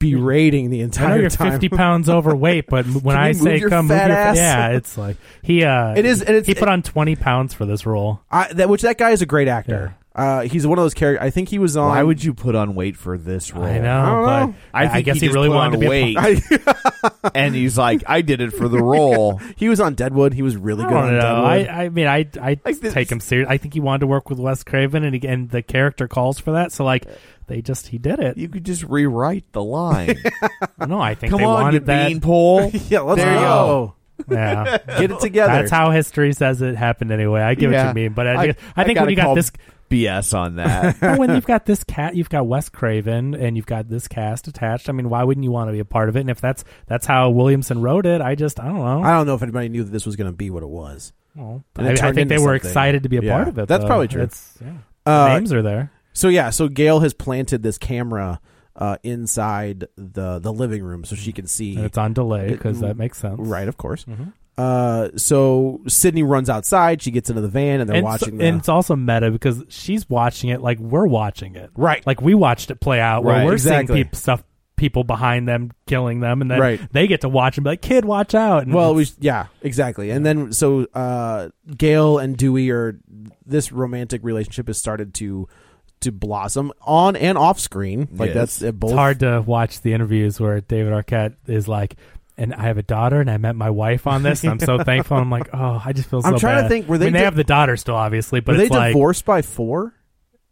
Speaker 2: berating the
Speaker 3: I know
Speaker 2: entire
Speaker 3: you're
Speaker 2: time.
Speaker 3: 50 pounds overweight, but m- when
Speaker 2: Can
Speaker 3: I
Speaker 2: you move
Speaker 3: say
Speaker 2: your
Speaker 3: come,
Speaker 2: fat
Speaker 3: move your
Speaker 2: ass?
Speaker 3: yeah, it's like he. Uh,
Speaker 2: It is- and it's-
Speaker 3: he put on 20 pounds for this role.
Speaker 2: I, that which that guy is a great actor. Uh, he's one of those characters. I think he was on.
Speaker 1: Why would you put on weight for this role?
Speaker 3: I know,
Speaker 2: don't
Speaker 3: but
Speaker 2: um, know.
Speaker 3: I,
Speaker 1: think
Speaker 3: guess he,
Speaker 1: just
Speaker 3: really
Speaker 1: put
Speaker 3: wanted
Speaker 1: on
Speaker 3: to be
Speaker 1: weight,
Speaker 3: A,
Speaker 1: and he's like, "I did it for the role."
Speaker 2: He was on Deadwood. He was really
Speaker 3: I
Speaker 2: good on
Speaker 3: don't know.
Speaker 2: Deadwood.
Speaker 3: I, I mean, I I take him serious. I think he wanted to work with Wes Craven, and he, and the character calls for that. So like, they just he did it.
Speaker 1: You could just rewrite the line.
Speaker 3: No, I think
Speaker 1: Come
Speaker 3: they
Speaker 1: on, you
Speaker 3: wanted that.
Speaker 1: beanpole.
Speaker 2: yeah, let's
Speaker 1: There you
Speaker 2: go.
Speaker 3: Yeah.
Speaker 2: Get it together.
Speaker 3: That's how history says it happened anyway. I get what
Speaker 1: Yeah.
Speaker 3: you mean, but I,
Speaker 1: I-
Speaker 3: I,
Speaker 1: I
Speaker 3: think
Speaker 1: gotta
Speaker 3: when you
Speaker 1: call
Speaker 3: got this
Speaker 1: BS on that.
Speaker 3: But when you've got this cat, you've got Wes Craven, and you've got this cast attached. I mean, why wouldn't you want to be a part of it? And if that's that's how Williamson wrote it, I just I don't know.
Speaker 2: I don't know if anybody knew that this was going to be what it was.
Speaker 3: Well,
Speaker 2: And
Speaker 3: I,
Speaker 2: it
Speaker 3: I
Speaker 2: turned
Speaker 3: think they
Speaker 2: into
Speaker 3: were
Speaker 2: something.
Speaker 3: excited to be a
Speaker 2: Yeah,
Speaker 3: part of it.
Speaker 2: that's
Speaker 3: though.
Speaker 2: probably true.
Speaker 3: It's- yeah.
Speaker 2: Uh,
Speaker 3: the names are there.
Speaker 2: So yeah, so Gail has planted this camera uh, inside the the living room so she can see.
Speaker 3: And it's on Mm-hmm. delay
Speaker 2: It-
Speaker 3: because that makes sense,
Speaker 2: right, of course. Uh, so Sydney runs outside. She gets into the van, and they're
Speaker 3: And, so-
Speaker 2: watching. the,
Speaker 3: and it's also meta because she's watching it like we're watching it.
Speaker 2: Right.
Speaker 3: Like we watched it play out where
Speaker 1: Right,
Speaker 3: we're
Speaker 2: exactly.
Speaker 3: seeing peop stuff people behind them killing them and then
Speaker 2: Right.
Speaker 3: they get to watch and be like, Kid, watch out. And
Speaker 2: well,
Speaker 3: it's-
Speaker 2: we yeah, exactly. And then so uh, Gail and Dewey are this romantic relationship has started to to blossom on and off screen. Like
Speaker 1: Yes.
Speaker 2: that's it both
Speaker 3: It's hard to watch the interviews where David Arquette is like, and I have a daughter, and I met my wife on this. And I'm so thankful. I'm like, oh, I just feel. so
Speaker 2: I'm trying to
Speaker 3: bad."
Speaker 2: think, were
Speaker 3: I
Speaker 2: they
Speaker 3: mean, they
Speaker 2: di-
Speaker 3: have the daughter still, obviously, but
Speaker 2: were they
Speaker 3: it's like
Speaker 2: divorced by four?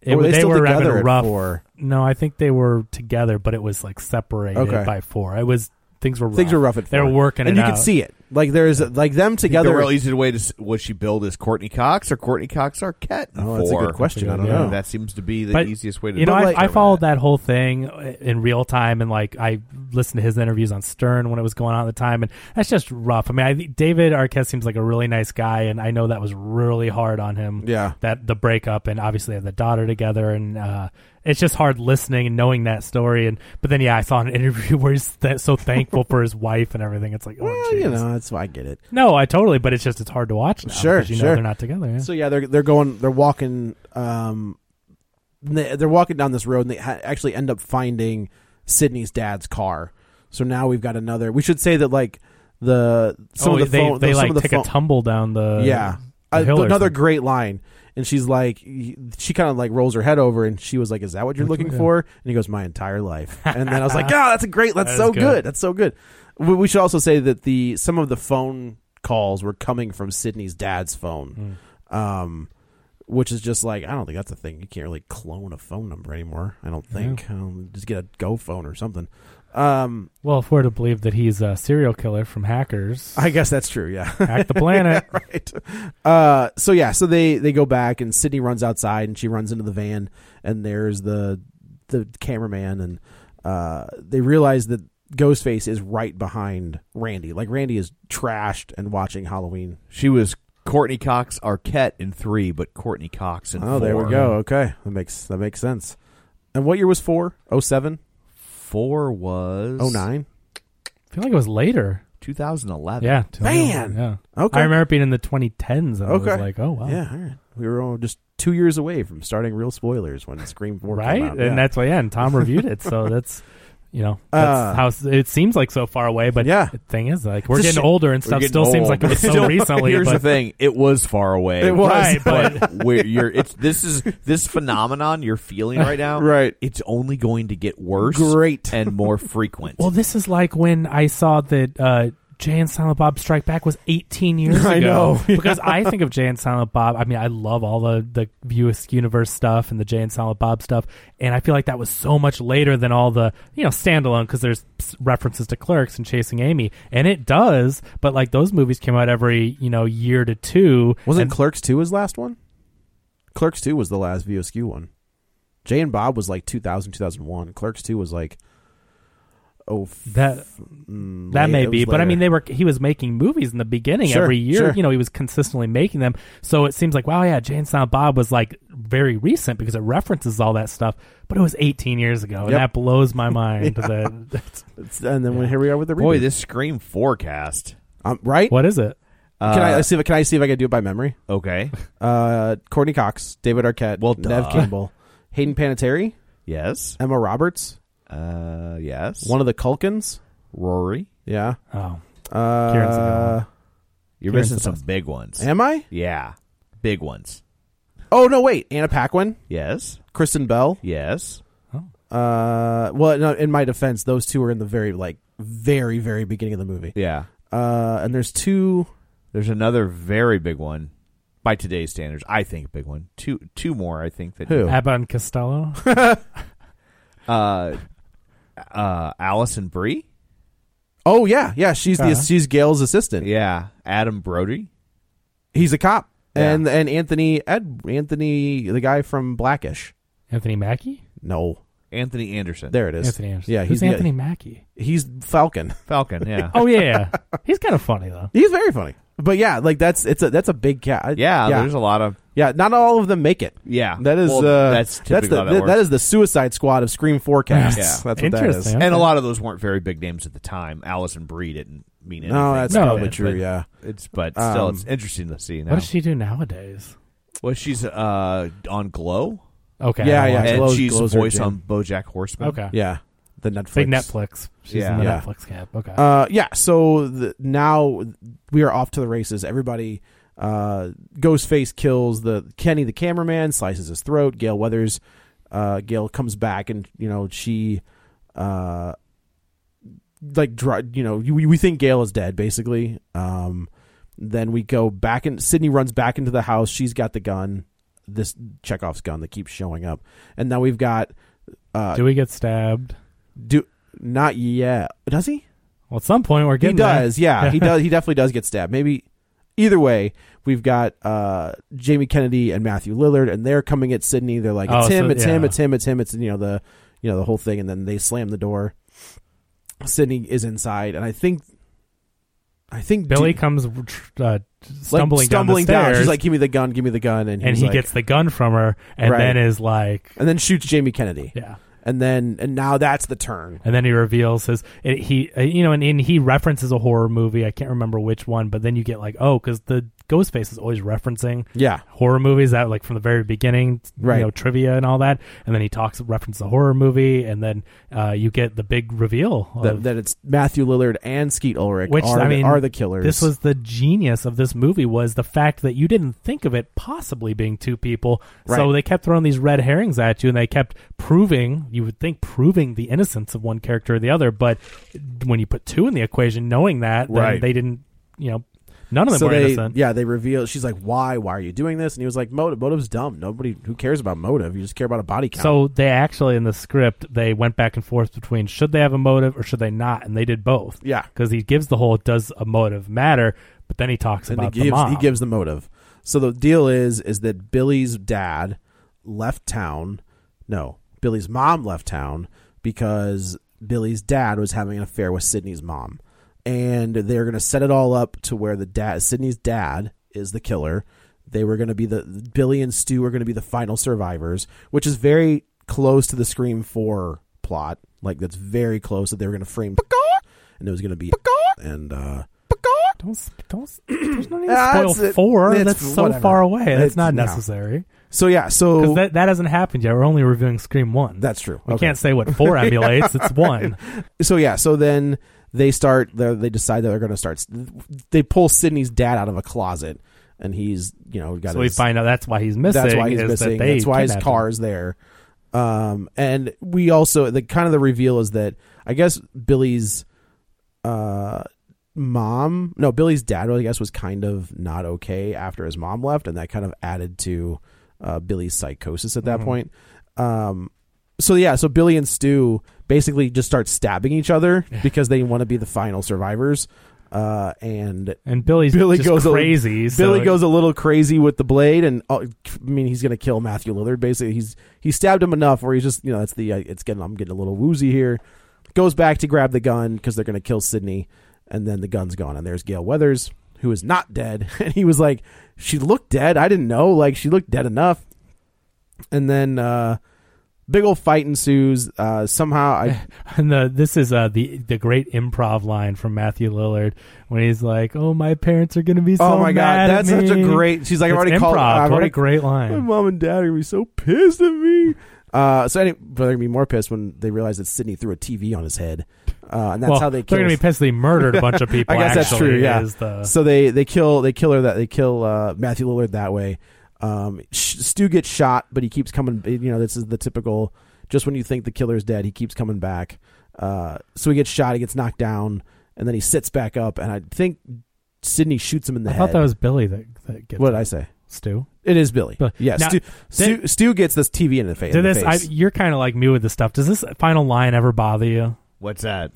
Speaker 3: it-
Speaker 2: or were they still
Speaker 3: were having a
Speaker 2: together at
Speaker 3: rough.
Speaker 2: four?
Speaker 3: No, I think they were together, but it was like separated
Speaker 2: Okay.
Speaker 3: by four. It was things were rough.
Speaker 2: Things were rough at four.
Speaker 3: They're working,
Speaker 2: and
Speaker 3: it
Speaker 2: you
Speaker 3: out.
Speaker 2: can see it. Like there's like them
Speaker 1: the
Speaker 2: together.
Speaker 1: real easy way to s- was she billed as Courtney Cox or Courtney Cox Arquette?
Speaker 2: Oh, that's a
Speaker 1: for-
Speaker 2: good question. I don't
Speaker 3: Yeah.
Speaker 2: know.
Speaker 1: That seems to be the
Speaker 3: But,
Speaker 1: easiest way to.
Speaker 3: you know,
Speaker 1: do it.
Speaker 3: I, I followed that whole thing uh, in real time, and like I listened to his interviews on Stern when it was going on at the time, and that's just rough. I mean, I, David Arquette seems like a really nice guy, and I know that was really hard on him.
Speaker 2: Yeah.
Speaker 3: that the breakup, and obviously they have the daughter together, and uh, it's just hard listening and knowing that story. And but then yeah, I saw an interview where he's th- so thankful for his wife and everything. It's like, oh,
Speaker 2: Well,
Speaker 3: geez.
Speaker 2: you know, that's why I get it.
Speaker 3: no, I totally, but it's just it's hard to watch. Now
Speaker 2: Sure,
Speaker 3: because you
Speaker 2: sure.
Speaker 3: know they're not together. yeah.
Speaker 2: So yeah, they're they're going, they're walking, um, they- they're walking down this road, and they ha- actually end up finding Sydney's dad's car. So now we've got another. We should say that like the some
Speaker 3: oh,
Speaker 2: of the
Speaker 3: they,
Speaker 2: phone,
Speaker 3: they
Speaker 2: some
Speaker 3: like
Speaker 2: of the
Speaker 3: take
Speaker 2: phone-
Speaker 3: a tumble down the
Speaker 2: yeah.
Speaker 3: the
Speaker 2: Uh,
Speaker 3: hill or
Speaker 2: another
Speaker 3: something.
Speaker 2: great line, and she's like, she kind of like rolls her head over, and she was like, "Is that what you're looking for?" And he goes, "My entire life." And then I was like, "Yeah, that's a great. That's
Speaker 3: That
Speaker 2: so
Speaker 3: is
Speaker 2: good.
Speaker 3: good.
Speaker 2: That's so good." We, we should also say that the some of the phone calls were coming from Sydney's dad's phone,
Speaker 3: Hmm.
Speaker 2: um, which is just like I don't think that's a thing. You can't really clone a phone number anymore. I don't think. Um, just get a Go phone or something. Um,
Speaker 3: Well, if we're to believe that he's a serial killer from Hackers,
Speaker 2: I guess that's true. Yeah.
Speaker 3: Hack the Planet.
Speaker 2: right. Uh, so yeah, so they they go back and Sydney runs outside and she runs into the van and there's the the cameraman and uh, they realize that Ghostface is right behind Randy. Like Randy is trashed and watching Halloween.
Speaker 1: She was Courtney Cox Arquette in three, but Courtney Cox in
Speaker 2: Oh,
Speaker 1: four.
Speaker 2: there we go. Okay, that makes that makes sense. And what year was four? Oh seven?
Speaker 1: Four was
Speaker 2: Oh nine?
Speaker 3: I feel like it was later.
Speaker 1: 2011.
Speaker 3: Yeah,
Speaker 2: Man!
Speaker 3: yeah.
Speaker 2: Okay.
Speaker 3: I remember it being in the 2010s. And I was
Speaker 2: Okay.
Speaker 3: like, oh wow,
Speaker 2: Yeah, all right. We were all just two years away from starting real spoilers when Scream Four came
Speaker 3: right.
Speaker 2: out.
Speaker 3: And
Speaker 2: Yeah.
Speaker 3: that's why, yeah. And Tom reviewed it, so that's. You know, that's
Speaker 2: Uh,
Speaker 3: how s- it seems like so far away, but
Speaker 2: Yeah.
Speaker 3: the thing is, like, we're
Speaker 2: It's a
Speaker 3: getting
Speaker 2: shit-
Speaker 3: older and stuff
Speaker 1: We're
Speaker 3: still
Speaker 1: getting
Speaker 3: seems like it
Speaker 1: old.
Speaker 3: was so
Speaker 1: Still-
Speaker 3: recently.
Speaker 1: Here's
Speaker 3: but
Speaker 1: the thing: it was far away.
Speaker 2: It was.
Speaker 3: Right,
Speaker 1: but where you're, it's this is this phenomenon you're feeling right now.
Speaker 2: Right.
Speaker 1: it's only going to get worse,
Speaker 2: Great.
Speaker 1: and more frequent.
Speaker 3: Well, this is like when I saw that uh, Jay and Silent Bob Strike Back was 18 years ago.
Speaker 2: I know.
Speaker 3: because I think of Jay and Silent Bob. I mean, I love all the the Buick Universe stuff and the Jay and Silent Bob stuff, and I feel like that was so much later than all the you know standalone because there's s- references to Clerks and Chasing Amy, and it does. But like those movies came out every you know year to two.
Speaker 2: Wasn't
Speaker 3: and-
Speaker 2: Clerks 2 his last one? Clerks 2 was the last VSQ one. Jay and Bob was like 2000, 2001. Clerks 2 was like, oh, f-
Speaker 3: that
Speaker 2: mm,
Speaker 3: That
Speaker 2: late-
Speaker 3: may
Speaker 2: it
Speaker 3: be,
Speaker 2: was
Speaker 3: but I
Speaker 2: later.
Speaker 3: mean, they were he was making movies in the beginning
Speaker 2: Sure,
Speaker 3: every year.
Speaker 2: sure.
Speaker 3: You know, he was consistently making them. So it seems like, wow, yeah, Jane Silent Bob was like very recent because it references all that stuff. But it was 18 years ago, and
Speaker 2: Yep.
Speaker 3: that blows my mind. that, that's-
Speaker 2: It's- and then when here we are with the
Speaker 1: boy,
Speaker 2: reboot.
Speaker 1: this Scream forecast.
Speaker 2: um, right?
Speaker 3: what is it?
Speaker 2: Can I
Speaker 1: Uh,
Speaker 2: see? If, can I see if I can do it by memory?
Speaker 1: Okay.
Speaker 2: Uh, Courtney Cox, David Arquette,
Speaker 1: Well,
Speaker 2: Nev
Speaker 1: duh.
Speaker 2: Campbell, Hayden Panettiere,
Speaker 1: Yes.
Speaker 2: Emma Roberts,
Speaker 1: Uh, yes.
Speaker 2: one of the Culkins.
Speaker 1: Rory.
Speaker 2: Yeah.
Speaker 3: Oh, Kieran's
Speaker 2: Uh,
Speaker 3: the
Speaker 1: You're
Speaker 3: Karen's
Speaker 1: missing
Speaker 3: the
Speaker 1: some
Speaker 3: best.
Speaker 1: big ones.
Speaker 2: am I?
Speaker 1: yeah, big ones.
Speaker 2: Oh no! Wait, Anna Paquin,
Speaker 1: Yes.
Speaker 2: Kristen Bell.
Speaker 1: Yes.
Speaker 2: Uh, well, no, in my defense, those two are in the very like very very beginning of the movie.
Speaker 1: Yeah.
Speaker 2: Uh, and there's two.
Speaker 1: There's another very big one by today's standards. I think a big one. Two two more. I think that
Speaker 2: Who?
Speaker 3: Abba and Costello.
Speaker 1: uh, uh, Allison Brie.
Speaker 2: Oh yeah, yeah. She's the
Speaker 3: Uh-huh.
Speaker 2: she's Gail's assistant.
Speaker 1: Yeah, Adam Brody.
Speaker 2: He's a cop, and and Anthony Ed Anthony the guy from Blackish.
Speaker 3: Anthony Mackie?
Speaker 2: No,
Speaker 1: Anthony Anderson,
Speaker 2: there it is.
Speaker 3: Anthony Anderson.
Speaker 2: Yeah,
Speaker 3: Who's
Speaker 2: he's the-
Speaker 3: Anthony Mackie?
Speaker 2: He's Falcon.
Speaker 1: Falcon. Yeah,
Speaker 3: Oh yeah, he's kind of funny though.
Speaker 2: He's very funny. But yeah, like that's it's a that's a big cat.
Speaker 1: yeah,
Speaker 2: yeah.
Speaker 1: There's a lot of
Speaker 2: Yeah, not all of them make it.
Speaker 1: yeah.
Speaker 2: That is
Speaker 1: Well,
Speaker 2: uh,
Speaker 1: that's
Speaker 2: that's
Speaker 1: typically
Speaker 2: that's the
Speaker 1: how that
Speaker 2: that,
Speaker 1: works.
Speaker 2: that is the Suicide Squad of Scream forecasts.
Speaker 1: Yeah.
Speaker 2: that's what that is.
Speaker 3: Interesting.
Speaker 1: and a lot of those weren't very big names at the time. Allison Brie didn't mean anything.
Speaker 2: No, Oh, that's
Speaker 3: No,
Speaker 2: probably
Speaker 3: but-
Speaker 2: true. yeah,
Speaker 1: it's but still,
Speaker 2: Um,
Speaker 1: it's interesting to see now.
Speaker 3: What does she do nowadays?
Speaker 1: well, she's uh, on Glow,
Speaker 3: Okay.
Speaker 2: Yeah,
Speaker 3: I don't
Speaker 2: Ah, yeah.
Speaker 3: watch-
Speaker 1: and
Speaker 2: Glow's-
Speaker 1: she's
Speaker 2: Glow's
Speaker 1: a
Speaker 2: her
Speaker 1: voice
Speaker 2: jam.
Speaker 1: on BoJack Horseman.
Speaker 3: Okay.
Speaker 2: yeah. The Netflix.
Speaker 3: Big Netflix. She's in the
Speaker 1: Yeah.
Speaker 3: Netflix camp. Okay.
Speaker 2: Uh, yeah. So the, now we are off to the races. Everybody, uh, Ghostface kills the Kenny, the cameraman, slices his throat. Gail Weathers, uh, Gail comes back, and you know she, uh, like dr- you know we, we think Gail is dead basically. Um, then we go back and Sydney runs back into the house. She's got the gun, this Chekhov's gun that keeps showing up, and now we've got uh,
Speaker 3: do we get stabbed?
Speaker 2: do not yet. Does he?
Speaker 3: Well, at some point we're
Speaker 2: He
Speaker 3: getting. there.
Speaker 2: does, yeah. He does. He definitely does get stabbed. Maybe either way, we've got uh, Jamie Kennedy and Matthew Lillard, and they're coming at Sydney. They're like,
Speaker 3: Oh,
Speaker 2: "It's him!
Speaker 3: so-
Speaker 2: it's him!
Speaker 3: yeah.
Speaker 2: It's him! It's him! It's you know the you know the whole thing." And then they slam the door. Sydney is inside, and I think, I think
Speaker 3: Billy
Speaker 2: Duke-
Speaker 3: comes uh,
Speaker 2: like,
Speaker 3: stumbling,
Speaker 2: stumbling
Speaker 3: down, the stairs,
Speaker 2: She's like, "Give me the gun! Give me the gun!" And,
Speaker 3: and
Speaker 2: he's
Speaker 3: he
Speaker 2: like-
Speaker 3: gets the gun from her, and
Speaker 2: Right.
Speaker 3: then is like,
Speaker 2: and then shoots Jamie Kennedy,
Speaker 3: yeah.
Speaker 2: and then and now that's the turn.
Speaker 3: And then he reveals his and he uh, you know and, and he references a horror movie. I can't remember which one, but then you get like oh because the Ghostface is always referencing
Speaker 2: Yeah,
Speaker 3: horror movies that like from the very beginning,
Speaker 2: Right.
Speaker 3: you know, trivia and all that. And then he talks references a horror movie, and then uh, you get the big reveal.
Speaker 2: that,
Speaker 3: of-
Speaker 2: that it's Matthew Lillard and Skeet Ulrich
Speaker 3: which
Speaker 2: are
Speaker 3: I
Speaker 2: the-
Speaker 3: mean
Speaker 2: are the killers.
Speaker 3: This was the genius of this movie was the fact that you didn't think of it possibly being two people.
Speaker 2: Right.
Speaker 3: So they kept throwing these red herrings at you, and they kept proving you would think proving the innocence of one character or the other. But when you put two in the equation, knowing that, then
Speaker 1: Right.
Speaker 3: they didn't, you know, none of them were
Speaker 2: they,
Speaker 3: innocent.
Speaker 2: Yeah, they reveal. She's like, "Why? Why are you doing this?" And he was like, "Motive. Motive's dumb. Nobody who cares about motive. You just care about a body count."
Speaker 3: So they actually in the script they went back and forth between should they have a motive or should they not, and they did both.
Speaker 2: Yeah.
Speaker 3: because he gives the whole does a motive matter, but then he talks
Speaker 2: and he
Speaker 3: about
Speaker 2: gives
Speaker 3: the mom.
Speaker 2: he gives the motive. So the deal is is that Billy's dad left town. No, Billy's mom left town because Billy's dad was having an affair with Sydney's mom, and they're going to set it all up to where the dad Sydney's dad is the killer. They were going to be the Billy and Stu are going to be the final survivors, which is very close to the Scream Four plot. Like that's very close that they were going to frame, and it was going to be and. uh
Speaker 3: Don't s- don't. s- There's no need
Speaker 2: Ah,
Speaker 3: to
Speaker 2: it's-
Speaker 3: spoil four.
Speaker 2: it's
Speaker 3: That's so
Speaker 2: whatever.
Speaker 3: far away. That's
Speaker 2: It's-
Speaker 3: not
Speaker 2: no.
Speaker 3: necessary
Speaker 2: So yeah,
Speaker 3: because
Speaker 2: so
Speaker 3: that that hasn't happened yet. We're only reviewing Scream one.
Speaker 2: That's true.
Speaker 3: We
Speaker 2: Okay.
Speaker 3: can't say what four emulates. It's one.
Speaker 2: so yeah, so then they start. they're- They decide that they're going to start. They pull Sydney's dad out of a closet, and he's you know got.
Speaker 3: So we
Speaker 2: his,
Speaker 3: find out that's why he's missing.
Speaker 2: that's why he's
Speaker 3: is that
Speaker 2: missing.
Speaker 3: they
Speaker 2: that's why his
Speaker 3: kidnapped him.
Speaker 2: car is there. Um, and we also the kind of the reveal is that I guess Billy's, uh, mom. No, Billy's dad. I guess was kind of not okay after his mom left, and that kind of added to uh, Billy's psychosis at that
Speaker 3: Mm-hmm.
Speaker 2: point. Um, so yeah, so Billy and Stu basically just start stabbing each other because they want to be the final survivors. Uh, and
Speaker 3: And Billy's
Speaker 2: Billy
Speaker 3: just
Speaker 2: goes
Speaker 3: crazy.
Speaker 2: A,
Speaker 3: so
Speaker 2: Billy
Speaker 3: it-
Speaker 2: goes a little crazy with the blade, and uh, I mean he's gonna kill Matthew Lillard. Basically, he's he stabbed him enough where he's just you know that's the uh, it's getting I'm getting a little woozy here. Goes back to grab the gun because they're gonna kill Sydney, and then the gun's gone. And there's Gail Weathers who is not dead, and he was like, she looked dead. I didn't know like she looked dead enough. And then uh, big old fight ensues. Uh, somehow I
Speaker 3: And the this is uh, the the great improv line from Matthew Lillard when he's like, "Oh, my parents are gonna be so
Speaker 2: oh my god
Speaker 3: mad at
Speaker 2: that's such a
Speaker 3: me."
Speaker 2: great. She's like
Speaker 3: It's
Speaker 2: I've already
Speaker 3: improv.
Speaker 2: called. I've
Speaker 3: what
Speaker 2: already
Speaker 3: a great
Speaker 2: My
Speaker 3: line.
Speaker 2: mom and dad are gonna be so pissed at me. Uh, so anyway, but they're gonna be more pissed when they realize that Sydney threw a TV on his head, uh, and that's
Speaker 3: well,
Speaker 2: how they.
Speaker 3: are
Speaker 2: Kill
Speaker 3: gonna be pissed. They murdered a bunch of people.
Speaker 2: I guess that's
Speaker 3: actually,
Speaker 2: true. Yeah.
Speaker 3: is the-
Speaker 2: So they they kill they kill her that they kill uh, Matthew Lillard that way. Um, Sh- Stu gets shot, but he keeps coming. You know, this is the typical. Just when you think the killer's dead, he keeps coming back. Uh, so he gets shot. He gets knocked down, and then he sits back up. And I think Sydney shoots him in the
Speaker 3: I
Speaker 2: head.
Speaker 3: thought that was Billy that, that gets
Speaker 2: what did I say.
Speaker 3: Stu.
Speaker 2: It is Billy.
Speaker 3: But-
Speaker 2: yeah,
Speaker 3: now,
Speaker 2: Stu, Stu, Stu gets this TV in the fa- in
Speaker 3: Did
Speaker 2: the
Speaker 3: this?
Speaker 2: face.
Speaker 3: I, you're kind of like me with this stuff. Does this final line ever bother you?
Speaker 1: What's that?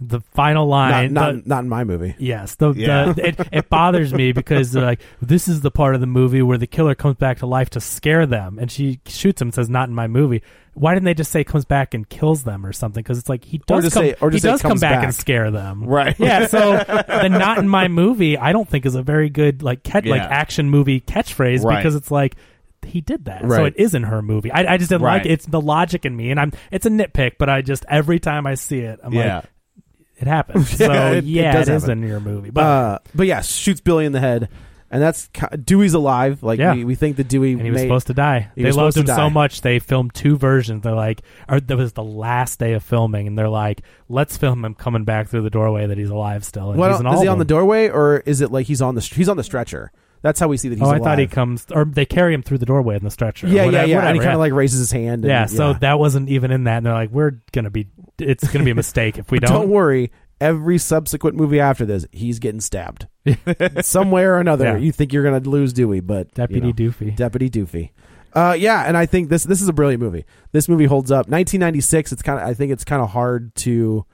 Speaker 3: the final
Speaker 2: Not,
Speaker 3: line.
Speaker 2: not,
Speaker 3: the-
Speaker 2: not in my movie.
Speaker 3: Yes, the,
Speaker 1: Yeah.
Speaker 3: the it, it bothers me because they're like this is the part of the movie where the killer comes back to life to scare them, and she shoots him. and Says not in my movie. Why didn't they just say comes back and kills them or something? Because it's like he
Speaker 2: Or
Speaker 3: does
Speaker 2: just
Speaker 3: come,
Speaker 2: say- or just
Speaker 3: he
Speaker 2: say
Speaker 3: does come
Speaker 2: comes
Speaker 3: back, and
Speaker 2: back.
Speaker 3: scare them,
Speaker 1: Right.
Speaker 3: Yeah. So the not in my movie, I don't think is a very good like catch like
Speaker 1: Yeah.
Speaker 3: action movie catchphrase
Speaker 1: Right.
Speaker 3: because it's like. He did that, so
Speaker 2: Right.
Speaker 3: it is in her movie. I, I just didn't like
Speaker 1: Right.
Speaker 3: it. it's the logic in me, and I'm it's a nitpick, but I just every time I see it, I'm like, it happens. So yeah, it,
Speaker 2: Yeah, it- it does
Speaker 3: is
Speaker 2: happen.
Speaker 3: in your movie. But
Speaker 2: Uh, but yeah, shoots Billy in the head, and that's ki- Dewey's alive. Like
Speaker 3: Yeah.
Speaker 2: we, we think that Dewey
Speaker 3: and he was
Speaker 2: may-
Speaker 3: supposed to die.
Speaker 2: he
Speaker 3: They
Speaker 2: was
Speaker 3: loved him
Speaker 2: supposed to
Speaker 3: so
Speaker 2: die.
Speaker 3: much they filmed two versions. They're like, or that was the last day of filming, and they're like, let's film him coming back through the doorway that he's alive still. And
Speaker 2: Well,
Speaker 3: he's in
Speaker 2: is
Speaker 3: all
Speaker 2: he
Speaker 3: of
Speaker 2: on the
Speaker 3: them.
Speaker 2: doorway or is it like he's on the str- he's on the stretcher? That's how we see that he's.
Speaker 3: Oh, I
Speaker 2: alive.
Speaker 3: thought he comes, or they carry him through the doorway in the stretcher.
Speaker 2: Yeah,
Speaker 3: Whatever-
Speaker 2: yeah, yeah.
Speaker 3: whatever,
Speaker 2: and he kind
Speaker 3: yeah.
Speaker 2: of like raises his hand. And,
Speaker 3: yeah. So that wasn't even in that. And they're like, we're gonna be, it's gonna be a mistake if we
Speaker 2: don't,
Speaker 3: don't.
Speaker 2: worry. Every subsequent movie after this, he's getting stabbed somewhere or another.
Speaker 3: Yeah.
Speaker 2: You think you're gonna lose Dewey, but
Speaker 3: Deputy
Speaker 2: you know,
Speaker 3: Doofy.
Speaker 2: Deputy Doofy. Uh, yeah, and I think this this is a brilliant movie. This movie holds up. 1996. It's kind of I think it's kind of hard to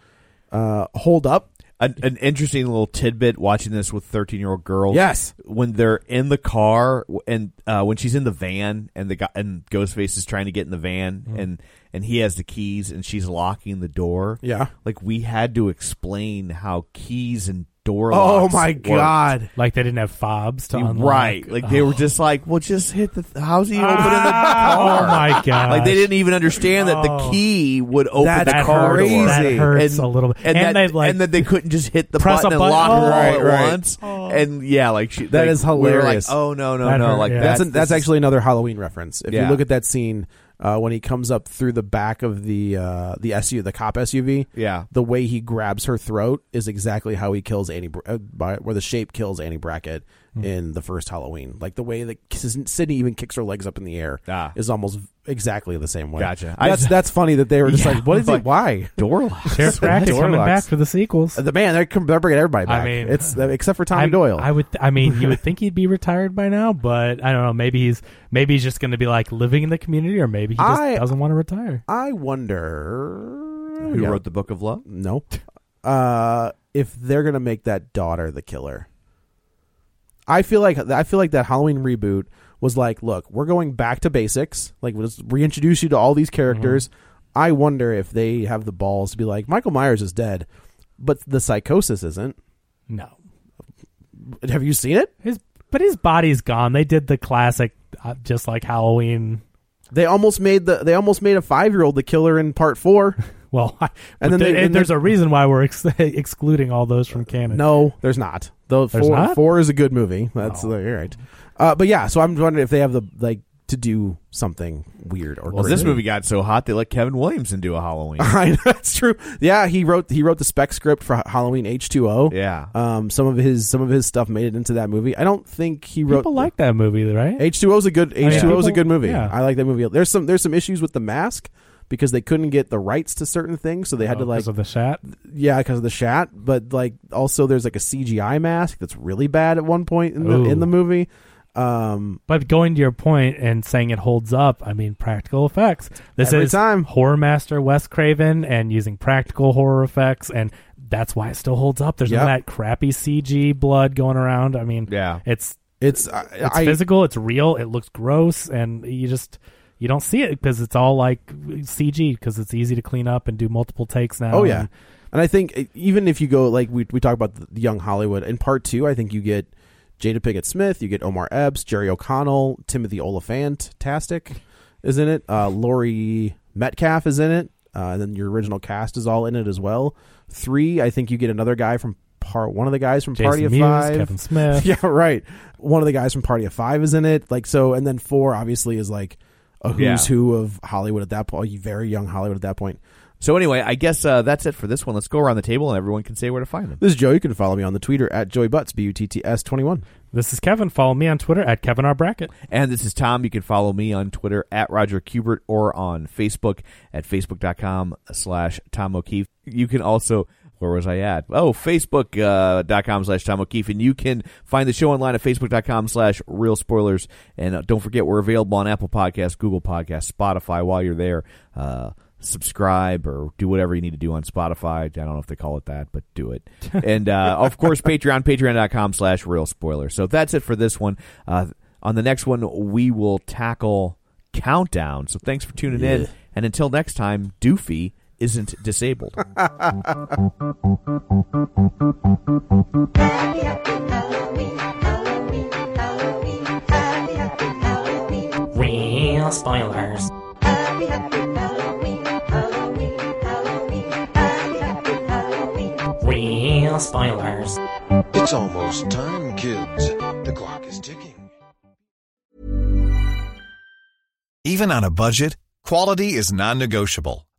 Speaker 2: uh, hold up.
Speaker 1: An, an interesting little tidbit watching this with 13 year old girls.
Speaker 2: Yes.
Speaker 1: When they're in the car w- and uh, when she's in the van and the guy and Ghostface is trying to get in the van
Speaker 3: Mm-hmm.
Speaker 1: and and he has the keys and she's locking the door.
Speaker 2: Yeah.
Speaker 1: Like we had to explain how keys and door
Speaker 2: Oh
Speaker 1: locks
Speaker 2: my
Speaker 1: worked.
Speaker 2: god.
Speaker 3: Like they didn't have fobs to unlock.
Speaker 1: Right. Like they
Speaker 3: Oh.
Speaker 1: were just like, well, just hit the. How's he opening the
Speaker 3: Ah,
Speaker 1: car?
Speaker 3: oh my god!
Speaker 1: Like they didn't even understand that the
Speaker 3: Oh.
Speaker 1: key would open
Speaker 2: That's
Speaker 1: the car
Speaker 2: crazy.
Speaker 1: door.
Speaker 3: That hurts a little bit.
Speaker 1: and,
Speaker 3: And
Speaker 1: that,
Speaker 3: they, like,
Speaker 1: and that they couldn't just hit the
Speaker 3: press
Speaker 1: button,
Speaker 3: a
Speaker 1: and lock
Speaker 3: button. Oh.
Speaker 1: it all
Speaker 2: Right,
Speaker 1: at
Speaker 2: Oh. right.
Speaker 1: once. And yeah, like she,
Speaker 2: That
Speaker 1: like,
Speaker 2: is
Speaker 1: they were
Speaker 2: hilarious.
Speaker 1: Like, oh no, no,
Speaker 3: That
Speaker 1: no!
Speaker 3: hurt,
Speaker 1: like
Speaker 3: yeah.
Speaker 2: that's
Speaker 1: that's
Speaker 2: an, that's
Speaker 1: this is-
Speaker 2: actually another Halloween reference. If
Speaker 1: Yeah.
Speaker 2: you look at that scene uh, when he comes up through the back of the uh, the SU the cop SUV,
Speaker 1: Yeah.
Speaker 2: the way he grabs her throat is exactly how he kills Annie, Br- uh, by, where the shape kills Annie Brackett
Speaker 1: Hmm.
Speaker 2: in the first Halloween. Like the way that Sis- Sydney even kicks her legs up in the air
Speaker 1: Ah.
Speaker 2: is almost exactly the same way.
Speaker 1: Gotcha. I
Speaker 2: That's
Speaker 1: just-
Speaker 2: that's funny that they were just
Speaker 1: Yeah.
Speaker 2: like, what is
Speaker 1: Like-
Speaker 2: it? Why?
Speaker 1: door locks.
Speaker 3: Sheriff Brackett
Speaker 2: Door
Speaker 3: coming back
Speaker 2: locks.
Speaker 3: for the sequels.
Speaker 2: The man, they're, com- they're bringing everybody
Speaker 3: I
Speaker 2: back.
Speaker 3: mean-
Speaker 2: it's except for Tommy
Speaker 3: I'm-
Speaker 2: Doyle.
Speaker 3: I would. I mean, you would think he'd be retired by now, but I don't know. Maybe he's maybe he's just going to be like living in the community, or maybe he just
Speaker 2: I-
Speaker 3: doesn't want to retire.
Speaker 2: I wonder
Speaker 1: Who
Speaker 2: Yeah.
Speaker 1: wrote the Book of Love?
Speaker 2: No. Uh, if they're gonna make that daughter the killer, I feel like I feel like that Halloween reboot was like, look, we're going back to basics. Like, let's reintroduce you to all these characters. I wonder if they have the balls to be like, Michael Myers is dead, but the psychosis isn't.
Speaker 3: No,
Speaker 2: Have you seen it?
Speaker 3: his but his body's gone. They did the classic, uh, just like Halloween.
Speaker 2: They almost made the they almost made a five year old the killer in part four.
Speaker 3: Well,
Speaker 2: And then
Speaker 3: there-
Speaker 2: they- and
Speaker 3: there's
Speaker 2: they-
Speaker 3: a reason why we're ex- excluding all those from canon.
Speaker 2: No, there's not. Though
Speaker 3: There's
Speaker 2: four,
Speaker 3: not? Oh.
Speaker 2: four is a good movie. That's the you're right. Uh, but yeah, so I'm wondering if they have the like to do something weird or
Speaker 1: Well,
Speaker 2: crazy.
Speaker 1: this movie got so hot they let Kevin Williamson do a Halloween.
Speaker 2: I know, that's true. Yeah, he wrote he wrote the spec script for Halloween H two O.
Speaker 1: Yeah.
Speaker 2: Um, some of his some of his stuff made it into that movie. I don't think he wrote
Speaker 3: people like that movie, right?
Speaker 2: H two O is a good
Speaker 3: mean,
Speaker 2: H two O is a
Speaker 3: people-
Speaker 2: good movie.
Speaker 3: yeah.
Speaker 2: I like that movie. There's some there's some issues with the mask because they couldn't get the rights to certain things, so they had to like
Speaker 3: because Oh, of the chat.
Speaker 2: yeah, because of the shat. But like, also there's like a CGI mask that's really bad at one point in the
Speaker 3: Ooh.
Speaker 2: in the movie. Um,
Speaker 3: But going to your point and saying it holds up, I mean practical effects. This
Speaker 2: Every
Speaker 3: is
Speaker 2: time.
Speaker 3: horror master Wes Craven and using practical horror effects, and that's why it still holds up. There's none
Speaker 2: Yep.
Speaker 3: of that crappy CG blood going around. I mean,
Speaker 1: Yeah.
Speaker 3: it's
Speaker 2: it's I,
Speaker 3: it's
Speaker 2: I-
Speaker 3: physical, it's real, it looks gross, and you just you don't see it because it's all like CG because it's easy to clean up and do multiple takes now.
Speaker 2: oh yeah,
Speaker 3: And
Speaker 2: and I think uh, even if you go like we we talk about the young Hollywood in part two, I think you get Jada Pinkett Smith, you get Omar Epps, Jerry O'Connell, Timothy Oliphant, tastic, is in it. Uh, Lori Metcalf is in it. Uh, and then your original cast is all in it as well. Three, I think you get another guy from part one of the guys from
Speaker 3: Jason
Speaker 2: Party of
Speaker 3: Mewes,
Speaker 2: Five.
Speaker 3: Kevin Smith.
Speaker 2: yeah, right. One of the guys from Party of Five is in it. Like so, and then four obviously is like a who's
Speaker 1: Yeah.
Speaker 2: who of Hollywood at that point, very young Hollywood at that point.
Speaker 1: So anyway, I guess uh, that's it for this one. Let's go around the table and everyone can say where to find them.
Speaker 2: This is Joe. You can follow me on the Twitter at Joey Butts B U T T S twenty one.
Speaker 3: This is Kevin. Follow me on Twitter at Kevin R Brackett.
Speaker 1: And this is Tom. You can follow me on Twitter at Roger Kubert or on Facebook at facebook.com slash Tom O'Keefe. You can also, where was I at? Oh, facebook.com uh, dot com slash Tom O'Keefe. And you can find the show online at facebook.com slash real spoilers. And uh, don't forget, we're available on Apple Podcasts, Google Podcasts, Spotify while you're there. Uh, subscribe or do whatever you need to do on Spotify. I don't know if they call it that, but do it. And uh, of course, Patreon, patreon.com slash real spoiler. So that's it for this one. Uh, on the next one, we will tackle Countdown. So thanks for tuning in. And until next time, Doofy isn't disabled.
Speaker 3: Happy, happy Halloween, Halloween, Halloween. Happy, happy Halloween.
Speaker 4: Real spoilers.
Speaker 3: Happy, happy Halloween, Halloween, Halloween. Happy, happy Halloween.
Speaker 4: Real spoilers.
Speaker 5: It's almost time, kids. The clock is ticking.
Speaker 6: Even on a budget, quality is non-negotiable.